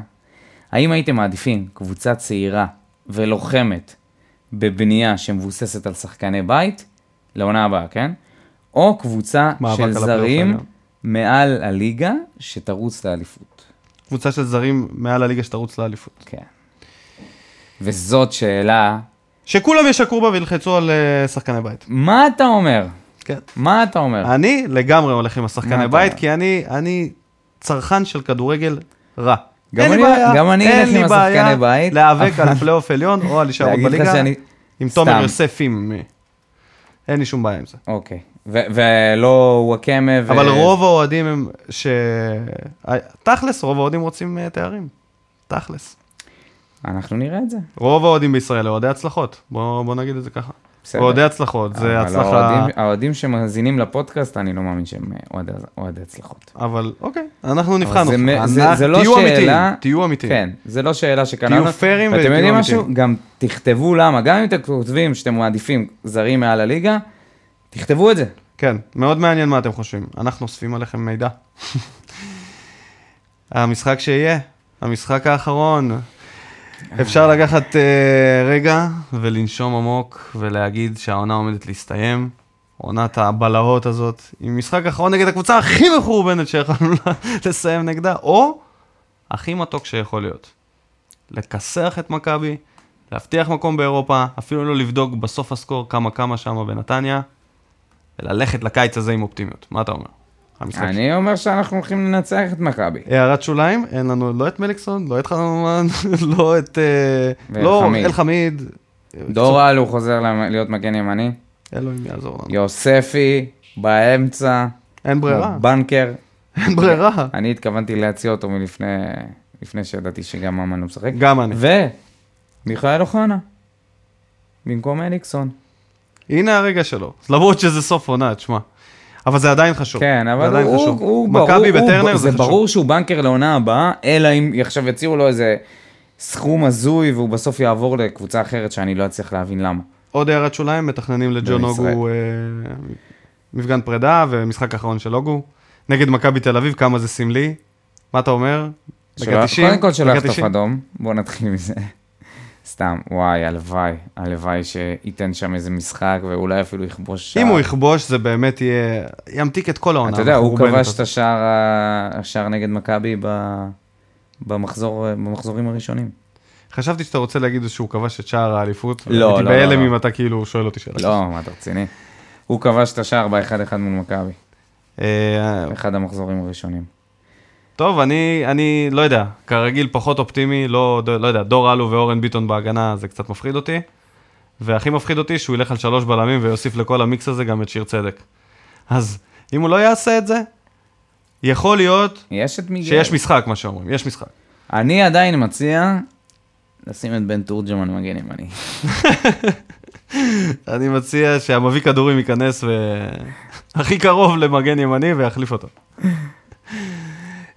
B: האם הייתם מעדיפים קבוצה צעירה ולוחמת בבנייה שמבוססת על שחקני בית, לעונה הבאה, כן? או קבוצה
A: מאבק על
B: של
A: הפלייאוף
B: זרים
A: העליון.
B: מעל הליגה שתרוץ לאליפות.
A: קבוצה של זרים מעל הליגה שתרוץ לאליפות.
B: כן. וזאת שאלה,
A: שכולם ישקרו בה וילחצו על אה, שחקני בית.
B: מה אתה אומר?
A: כן.
B: מה אתה אומר?
A: אני לגמרי הולך עם
B: מה
A: השחקני
B: אתה
A: בית,
B: אומר?
A: כי אני, אני צרכן של כדורגל רע.
B: גם
A: אין לי
B: אני-
A: בעיה,
B: גם אני
A: אין
B: אלך עם
A: לי בעיה
B: השחקני בית,
A: להיאבק
B: אבל-
A: על פלייאוף עליון או על הישארות
B: להגיד לך
A: בליגה,
B: שאני-
A: עם
B: סתם.
A: תומר יוספים. אין לי שום בעיה עם זה.
B: אוקיי. ו- ולא וואקמה ו...
A: אבל רוב האוהדים הם ש... אה, תכלס, רוב האוהדים רוצים אה, תארים. תכלס.
B: אנחנו נראה את זה.
A: רוב האוהדים בישראל הם אוהדי הצלחות, בוא, בוא נגיד את זה ככה.
B: בסדר.
A: אוהדי הצלחות, זה
B: אבל
A: הצלחה,
B: האוהדים- האוהדים שמאזינים לפודקאסט, אני לא מאמין שהם אה, אוהדי- אוהדי הצלחות.
A: אבל אוקיי, אנחנו נבחן
B: אבל זה
A: אותך.
B: מ- זה- זה לא
A: תהיו אמיתיים,
B: שאלה-
A: תהיו אמיתיים.
B: כן, זה לא שאלה שקראנו.
A: תהיו פיירים
B: ואתם
A: ותהיו
B: יודעים
A: אמיתיים.
B: משהו? גם תכתבו למה. גם אם אתם כותבים שאתם מעדיפים זרים מעל הליגה, תכתבו את זה.
A: כן, מאוד מעניין מה אתם חושבים. אנחנו אוספים עליכם מידע. המשחק שיהיה, המשחק האחרון. אפשר לקחת אה, רגע ולנשום עמוק ולהגיד שהעונה עומדת להסתיים. עונת הבלהות הזאת, עם משחק אחרון נגד הקבוצה הכי מחורבנת שיכולנו לסיים נגדה, או הכי מתוק שיכול להיות. לכסח את מכבי, להבטיח מקום באירופה, אפילו לא לבדוק בסוף הסקור כמה כמה שמה בנתניה, וללכת לקיץ הזה עם אופטימיות. מה אתה אומר? המשחק שלך.
B: אני אומר שאנחנו הולכים לנצח את מכבי.
A: הערת שוליים, אין לנו לא את מליקסון, לא את חנומן, לא את... אה, לא,
B: ואלחמיד.
A: אלחמיד.
B: דורל הוא חוזר למ- להיות מגן ימני.
A: אלוהים יעזור לנו.
B: יוספי, באמצע.
A: אין ברירה,
B: בנקר.
A: אין ברירה.
B: אני התכוונתי להציע אותו מלפני לפני שידעתי שגם ממן לא משחק.
A: גם אני.
B: ומיכאל אוחנה. במקום אליקסון.
A: הנה הרגע שלו. למרות שזה סוף עונה, תשמע. אבל זה עדיין חשוב.
B: כן,
A: זה
B: אבל
A: עדיין
B: הוא, הוא,
A: חשוב.
B: הוא ברור,
A: מכבי
B: הוא-
A: בטרנר זה
B: זה
A: חשוב.
B: ברור שהוא בנקר לעונה הבאה, אלא אם עכשיו יציעו לו איזה סכום הזוי והוא בסוף יעבור לקבוצה אחרת שאני לא אצליח להבין למה.
A: עוד הערת שוליים, מתכננים לג'ון
B: בישראל.
A: אוגו אה, מפגן פרידה ומשחק אחרון של אוגו. נגד מכבי תל אביב, כמה זה סמלי. מה אתה אומר?
B: שלא-
A: 90,
B: קודם כל שלא
A: דקה
B: יחטוף
A: 90.
B: אדום, בואו נתחיל מזה. סתם, וואי, הלוואי, הלוואי שייתן שם איזה משחק ואולי אפילו יכבוש שער.
A: אם הוא יכבוש זה באמת יהיה, ימתיק את כל העונה.
B: אתה יודע,
A: אנחנו
B: הוא
A: רואים
B: כבש את
A: אותו.
B: השער ה- השער נגד מכבי ב- במחזור, במחזורים הראשונים.
A: חשבתי שאתה רוצה להגיד שהוא כבש את שער האליפות.
B: לא,
A: הייתי
B: לא,
A: בהלם
B: לא, לא.
A: אם אתה כאילו שואל אותי שאלה.
B: לא, מה, אתה רציני? הוא כבש את השער ב-1-1 מול מכבי,
A: אה,
B: אחד המחזורים הראשונים.
A: טוב, אני, אני לא יודע, כרגיל פחות אופטימי, לא, לא יודע, דור אלו ואורן ביטון בהגנה זה קצת מפחיד אותי. והכי מפחיד אותי שהוא ילך על שלוש בלמים ויוסיף לכל המיקס הזה גם את שיר צדק. אז אם הוא לא יעשה את זה, יכול להיות
B: יש את מיגל.
A: שיש משחק, מה שאומרים, יש משחק.
B: אני עדיין מציע לשים את בן תורג'מן מגן ימני.
A: אני מציע שהמביא כדורים ייכנס ו... הכי קרוב למגן ימני ויחליף אותו.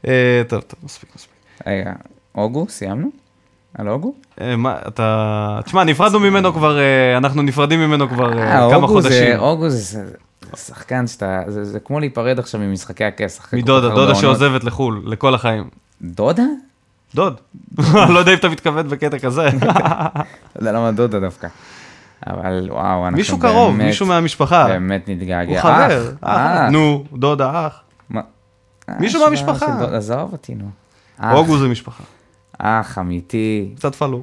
A: אה, טוב, טוב, מספיק, מספיק.
B: רגע, אוגו? סיימנו? על אוגו?
A: אה, מה, אתה... תשמע, נפרדנו ממנו כבר, אה, אנחנו נפרדים ממנו כבר אה,
B: אה,
A: כמה
B: אוגו זה-
A: חודשים.
B: אוגו זה- זה זה שחקן שאתה, זה זה כמו להיפרד עכשיו ממשחקי הכס. אחרי כל
A: מדודה,
B: כך הרבה
A: דודה
B: עונות.
A: שעוזבת לחו"ל, לכל החיים.
B: דודה?
A: דוד. לא יודע אם אתה מתכוון בקטע כזה.
B: לא יודע למה דודה דווקא. אבל וואו, אנחנו
A: מישהו קרוב,
B: באמת-
A: מישהו מהמשפחה.
B: באמת אה, נתגעגע.
A: הוא חבר.
B: אח,
A: אח.
B: אח.
A: נו, דודה, אח.
B: מה-
A: מישהו
B: אה,
A: מהמשפחה.
B: של דוד- עזוב אותי, נו. אח,
A: אוגו זה משפחה.
B: אח אמיתי,
A: קצת פלו.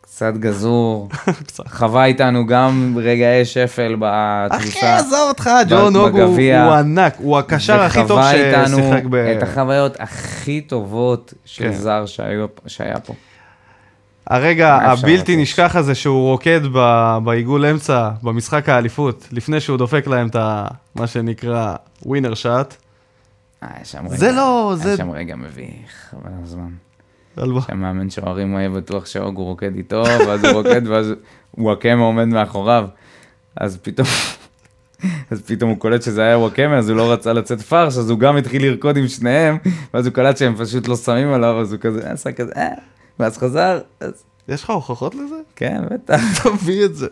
B: קצת גזור,
A: קצת.
B: חווה איתנו גם רגעי שפל בתבוסה.
A: אחי, עזוב אותך,
B: ב-
A: ג'ון אוגו הוא
B: בגביע.
A: הוא ענק, הוא הקשר הכי טוב
B: וחווה איתנו
A: ששיחק ב...
B: את החוויות הכי טובות של
A: כן.
B: זר שהיו- שהיה פה.
A: הרגע
B: מה אפשר
A: הבלתי
B: לתת?
A: נשכח הזה שהוא רוקד ב- בעיגול אמצע, במשחק האליפות, לפני שהוא דופק להם את ה... מה שנקרא ווינר שאט.
B: אה, היה שם רגע,
A: זה לא,
B: היה
A: זה...
B: שם רגע מביך, אבל הזמן.
A: אלבו.
B: שהמאמן שוערים הוא היה בטוח שהוג הוא רוקד איתו, ואז הוא רוקד, ואז וואקמה עומד מאחוריו. אז פתאום, אז פתאום הוא קולט שזה היה וואקמה, אז הוא לא רצה לצאת פרש, אז הוא גם התחיל לרקוד עם שניהם, ואז הוא קלט שהם פשוט לא שמים עליו, אז הוא כזה, עשה כזה, אה, ואז חזר, אז
A: יש לך הוכחות לזה?
B: כן, בטח.
A: תביא את זה.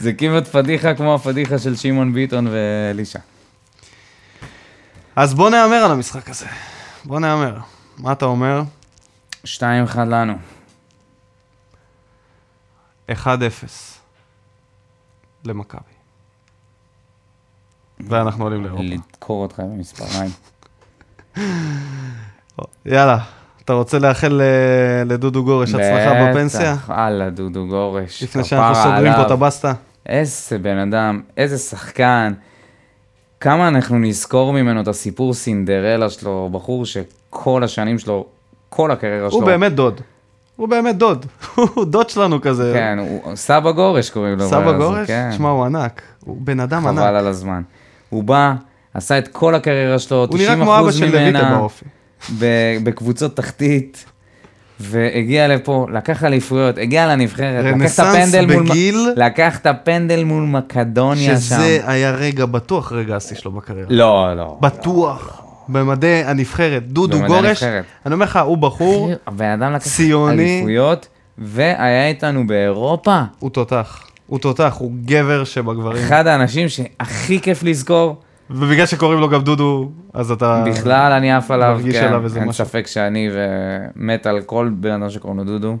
B: זה כמעט פדיחה כמו הפדיחה של שמעון ביטון ואלישע.
A: אז בוא נהמר על המשחק הזה. בוא נהמר. מה אתה אומר?
B: 2-1 לנו.
A: 1-0 למכבי. ואנחנו עולים לאירופה.
B: לדקור אותך במספריים.
A: יאללה, אתה רוצה לאחל אה, לדודו גורש הצלחה
B: בטח,
A: בפנסיה?
B: הלאה, דודו גורש.
A: לפני שאנחנו
B: כפרה
A: סוגרים פה
B: עליו.
A: את הבסטה?
B: איזה בן אדם, איזה שחקן. כמה אנחנו נזכור ממנו את הסיפור סינדרלה שלו, בחור שכל השנים שלו, כל הקריירה שלו.
A: הוא באמת דוד. הוא באמת דוד. הוא דוד שלנו כזה.
B: כן, הוא, סבא גורש קוראים לו.
A: סבא
B: אבל זה-
A: גורש?
B: כן.
A: תשמע, הוא ענק. הוא בן אדם
B: חבל
A: ענק.
B: על הזמן. הוא בא, עשה את כל הקריירה שלו, 90%
A: הוא
B: ממנה.
A: נראה כמו אבא של לויטה באופי.
B: ב- בקבוצות תחתית, והגיע לפה, לקח אליפויות, הגיע לנבחרת, לקח את
A: רנסאנס
B: הפנדל מול...
A: בגיל-
B: לקח את הפנדל מול מקדוניה
A: שזה
B: שם.
A: היה רגע בטוח רגע השיא שלו בקריירה.
B: לא, לא.
A: בטוח. במדעי הנבחרת. דודו
B: במדעי
A: גורש,
B: הנבחרת.
A: אני אומר לך, הוא בחור,
B: אחי, הבן אדם לקח
A: ציוני.
B: אליפויות, והיה איתנו באירופה.
A: הוא תותח. הוא תותח, הוא גבר שבגברים.
B: אחד האנשים שהכי כיף לזכור,
A: ובגלל שקוראים לו גם דודו, אז אתה...
B: בכלל אני עף עליו,
A: מרגיש
B: כן,
A: עליו איזה
B: אין
A: משהו.
B: ספק שאני ומת על כל בן אדם שקוראים לו דודו.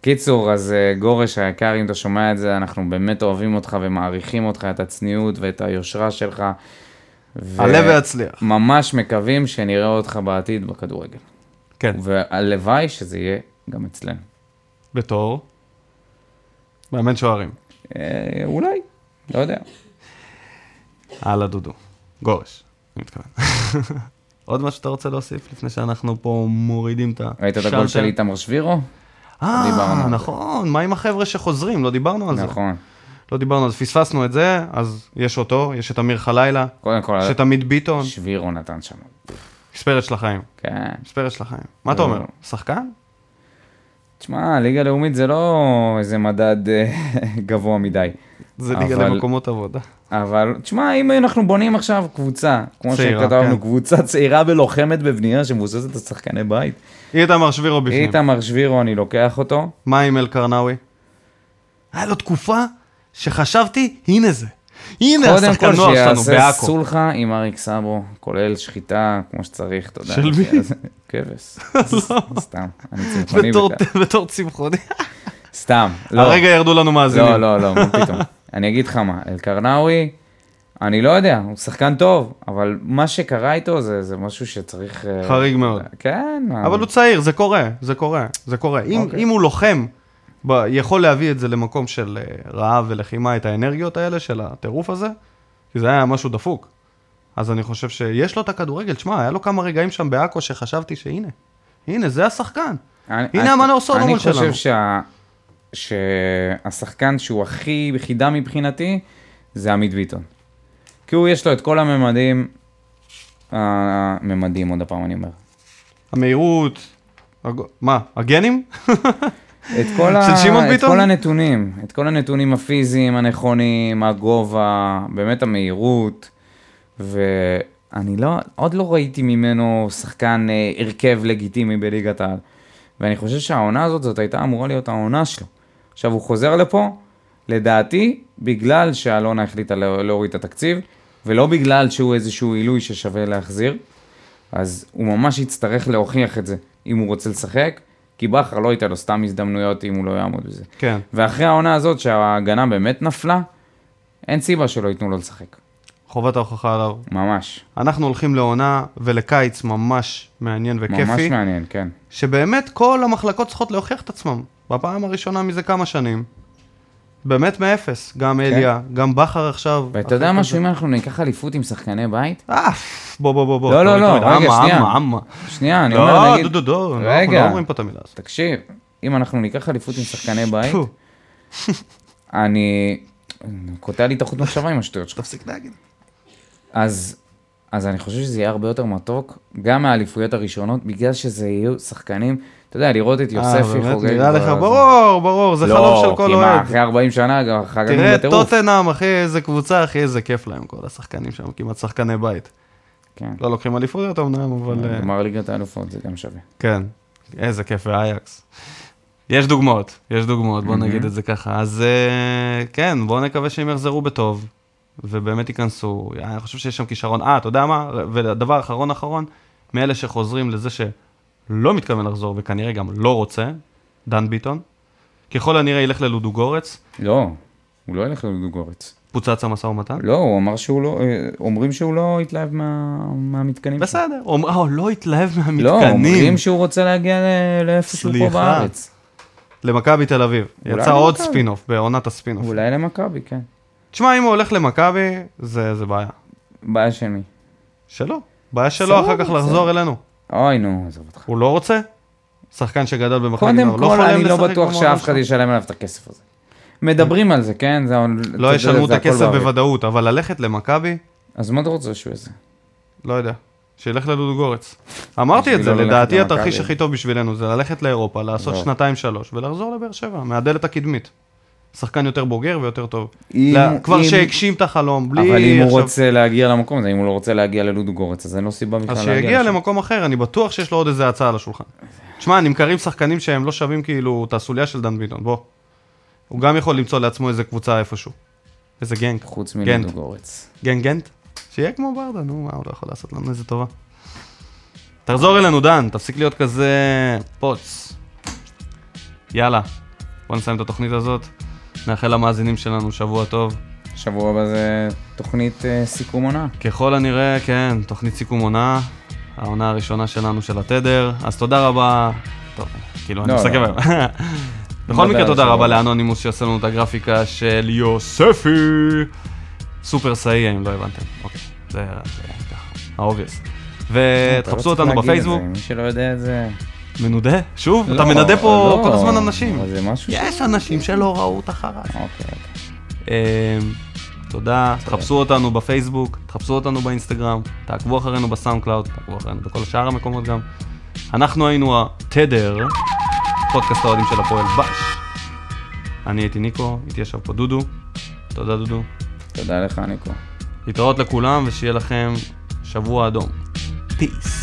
B: קיצור, אז אה, גורש היקר, אם אתה שומע את זה, אנחנו באמת אוהבים אותך ומעריכים אותך, את הצניעות ואת היושרה שלך. ו-
A: עלה והצליח.
B: ממש מקווים שנראה אותך בעתיד בכדורגל.
A: כן.
B: והלוואי שזה יהיה גם אצלנו.
A: בתור? מאמן שוערים.
B: אה, אולי, לא יודע.
A: הלאה דודו. גורש, אני מתכוון. עוד משהו שאתה רוצה להוסיף לפני שאנחנו פה מורידים את ה...
B: ראית את הגול
A: שאלטר?
B: של איתמר שבירו? דיברנו
A: אה,
B: על זה.
A: נכון, מה עם החבר'ה שחוזרים? לא דיברנו על זה.
B: נכון.
A: לא דיברנו על זה, פספסנו את זה, אז יש אותו, יש את אמיר חלילה,
B: קודם כל,
A: יש את עמית ביטון,
B: שבירו נתן שם.
A: מספרת של החיים.
B: כן.
A: מספרת של החיים. מה אתה אומר?
B: לא.
A: שחקן?
B: תשמע, ליגה לאומית זה לא איזה מדד אה, גבוה מדי.
A: זה ליגה
B: אבל-
A: למקומות עבודה.
B: אבל תשמע, אם אנחנו בונים עכשיו קבוצה, כמו
A: צעירה,
B: שכתבנו,
A: כן.
B: קבוצה צעירה ולוחמת בבנייה שמבוססת על שחקני בית.
A: איתמר שבירו בפנים.
B: איתמר שבירו, אני לוקח אותו.
A: מה עם אלקרנאווי? היה לו תקופה שחשבתי, הנה זה. הנה
B: קודם כל
A: השחקן נוער שלנו
B: שיעשה
A: בעכו.
B: סולחה עם אריק סאבו, כולל שחיטה כמו שצריך, אתה יודע.
A: של מי? לא.
B: אז- כבש. סתם, אני צמחוני
A: בתור-
B: בטח.
A: בתור צמחוני.
B: סתם, לא.
A: הרגע ירדו לנו מאזינים.
B: לא, לא, לא, מה פתאום. אני אגיד לך מה, אלקרנאווי, אני לא יודע, הוא שחקן טוב, אבל מה שקרה איתו זה, זה משהו שצריך... אה,
A: חריג מאוד.
B: כן.
A: אבל הוא צעיר, זה קורה, זה קורה, זה קורה. אם,
B: אוקיי.
A: אם הוא לוחם, ב- יכול להביא את זה למקום של אה, רעב ולחימה, את האנרגיות האלה של הטירוף הזה, כי זה היה משהו דפוק. אז אני חושב שיש לו את הכדורגל, תשמע, היה לו כמה רגעים שם בעכו שחשבתי שהנה, הנה, זה השחקן.
B: אני-
A: הנה
B: אני-
A: המנור סולומון
B: אני
A: שלנו.
B: חושב שה- שהשחקן שהוא הכי חידה מבחינתי, זה עמית ביטון. כי הוא יש לו את כל הממדים, אה, הממדים עוד הפעם אני אומר.
A: המהירות, הג... מה, הגנים?
B: את כל, ה...
A: של שמעון
B: את
A: ביטון?
B: כל הנתונים, את כל הנתונים הפיזיים הנכונים, הגובה, באמת המהירות, ואני לא, עוד לא ראיתי ממנו שחקן אה, הרכב לגיטימי בליגת העל, ואני חושב שהעונה הזאת, זאת הייתה אמורה להיות העונה שלו. עכשיו הוא חוזר לפה, לדעתי, בגלל שאלונה החליטה לה- להוריד את התקציב, ולא בגלל שהוא איזשהו עילוי ששווה להחזיר. אז הוא ממש יצטרך להוכיח את זה, אם הוא רוצה לשחק, כי בכר לא ייתן לו סתם הזדמנויות אם הוא לא יעמוד בזה.
A: כן.
B: ואחרי העונה הזאת שההגנה באמת נפלה, אין סיבה שלא ייתנו לו לשחק,
A: חובת ההוכחה עליו.
B: ממש.
A: אנחנו הולכים לעונה ולקיץ ממש מעניין וכיפי.
B: ממש מעניין, כן.
A: שבאמת כל המחלקות צריכות להוכיח את עצמם. בפעם הראשונה מזה כמה שנים. באמת מאפס. גם אליה, גם בכר עכשיו.
B: כן. ואתה יודע משהו, אם אנחנו ניקח אליפות עם שחקני בית?
A: אה, בוא, בוא, בוא, בוא.
B: לא, לא,
A: תוריד, אמ,
B: לא,
A: תוריד.
B: רגע,
A: אמה,
B: שנייה.
A: אמה, אמה.
B: שנייה, אני אומר,
A: לא,
B: נגיד...
A: דודו, דודו, לא, אנחנו
B: רגע.
A: לא אומרים פה את המילה הזאת.
B: תקשיב, אם אנחנו ניקח אליפות עם שחקני בית,
A: טפו,
B: אני... קוטע לי את החוט מחשבה עם השטויות שלך.
A: תפסיק להגיד.
B: אז, אז אני חושב שזה יהיה הרבה יותר מתוק, גם מהאליפויות הראשונות, בגלל שזה יהיו שחקנים, אתה יודע, לראות את
A: אה,
B: יוספי
A: באמת,
B: חוגג.
A: נראה לך,
B: ב-
A: ברור, ברור, זה
B: לא,
A: חלום של כל
B: כי מה,
A: אוהד.
B: אחרי 40 שנה גם חגגנו
A: תראה את
B: בטירוף.
A: טוטנאם, אחי, איזה קבוצה, אחי, איזה כיף להם כל השחקנים שם, כמעט שחקני בית.
B: כן,
A: לא לוקחים אליפויות אמנם, אבל... אה,
B: גמר ליגת האלופות, זה גם שווה.
A: כן, איזה כיף, ואייקס. יש דוגמאות, יש דוגמאות, בוא נגיד את זה ככה. אז אה, כן, בואו נקווה שהם יחזרו בטוב, ובאמת ייכנסו. אני חושב שיש שם כישרון. אה, אתה יודע מה? ודבר אחרון אחרון, מאלה שחוזרים לזה שלא מתכוון לחזור, וכנראה גם לא רוצה, דן ביטון, ככל הנראה ילך ללודוגורץ,
B: לא, הוא לא ילך לדוגורץ.
A: פוצץ המשא ומתן.
B: לא, הוא אמר שהוא לא, אה, אומרים שהוא לא התלהב מה, מהמתקנים. שלו.
A: בסדר, אומר, אה, הוא לא התלהב
B: לא,
A: מהמתקנים.
B: אומרים שהוא רוצה להגיע ל- לאפס הוא פה
A: סליחה.
B: בארץ.
A: למכבי תל אביב.
B: אולי
A: יצא עוד
B: למכבי.
A: ספינוף, בעונת הספינוף.
B: אולי למכבי, כן.
A: תשמע, אם הוא הולך למכבי, זה זה בעיה.
B: בעיה של מי?
A: שלא. בעיה שלו
B: בסדר,
A: אחר כך
B: בסדר.
A: לחזור אלינו.
B: אוי, נו, עזוב אותך.
A: הוא לא רוצה? שחקן שגדל במכבי
B: קודם
A: נוער, לא
B: כל,
A: חולם
B: אני לא
A: לשחק
B: בטוח
A: במועדון
B: שאף אחד
A: שלו.
B: ישלם עליו את הכסף הזה. מדברים על זה, כן? זה...
A: לא
B: אתה יודע,
A: ישלמו את
B: זה הכל
A: הכסף
B: באוויר.
A: בוודאות, אבל ללכת למכבי,
B: אז מה אתה רוצה שהוא יעשה?
A: לא יודע. שילך לדודו גורץ. אמרתי את
B: בשביל
A: זה,
B: לא ללכת
A: לדעתי
B: למכבי.
A: התרחיש הכי טוב בשבילנו זה ללכת לאירופה, לעשות
B: לא.
A: שנתיים שלוש ולחזור לבאר שבע, מהדלת הקדמית. שחקן יותר בוגר ויותר טוב.
B: אם-
A: לא, כבר
B: אם-
A: שהגשים את החלום, בלי...
B: אבל אם הוא
A: עכשיו-
B: רוצה להגיע למקום הזה, אם הוא לא רוצה להגיע ללודוגורץ, אז אין לו סיבה בכלל
A: אז
B: להגיע.
A: שיגיע
B: לשם.
A: למקום אחר, אני בטוח שיש לו עוד איזה הצעה על השולחן. תשמע, נמכרים שחקנים שהם לא שווים כאילו את הסוליה של דן ביטון, בוא. הוא גם יכול למצוא לעצמו איזה קבוצה איפשהו. איזה גנג.
B: חוץ
A: גנט.
B: מלודוגורץ.
A: גנג גנט? שיהיה כמו ברדה, נו, מה הוא לא יכול לעשות לנו איזה טובה. תחזור אלינו, דן, תפסיק להיות כזה פוץ. יאללה, בוא נסיים את התוכנית הזאת. נאחל למאזינים שלנו שבוע טוב.
B: שבוע הבא זה תוכנית אה, סיכום עונה.
A: ככל הנראה, כן, תוכנית סיכום עונה, העונה הראשונה שלנו של התדר, אז תודה רבה. טוב, כאילו, אני
B: לא,
A: מסכם
B: לא.
A: היום. בכל
B: נדבר
A: מקרה,
B: על
A: תודה
B: זה
A: רבה
B: עוד.
A: לאנונימוס שעשה לנו את הגרפיקה של יוספי. סופר סאי, אם לא הבנתם. אוקיי, זה זה ככה, ה-obvious.
B: אתה לא
A: ותחפשו
B: צריך
A: אותנו
B: להגיד את
A: בפייסבוק.
B: זה, מי שלא יודע את זה...
A: מנודה? שוב? אתה
B: לא,
A: מנדה פה
B: לא,
A: כל הזמן אנשים. כן.
B: אבל זה משהו ש...
A: יש אנשים שלא ראו את החרא.
B: אוקיי, אוקיי.
A: אמ, תודה, תחפשו אותנו בפייסבוק, תחפשו אותנו באינסטגרם, תעקבו אחרינו בסאונד קלאוד, תעקבו אחרינו בכל שאר המקומות גם. אנחנו היינו התדר, פודקאסט האוהדים של הפועל בש. אני הייתי ניקו, איתי ישב פה דודו. תודה דודו.
B: תודה לך, ניקו.
A: להתראות לכולם ושיהיה לכם שבוע אדום. פיס.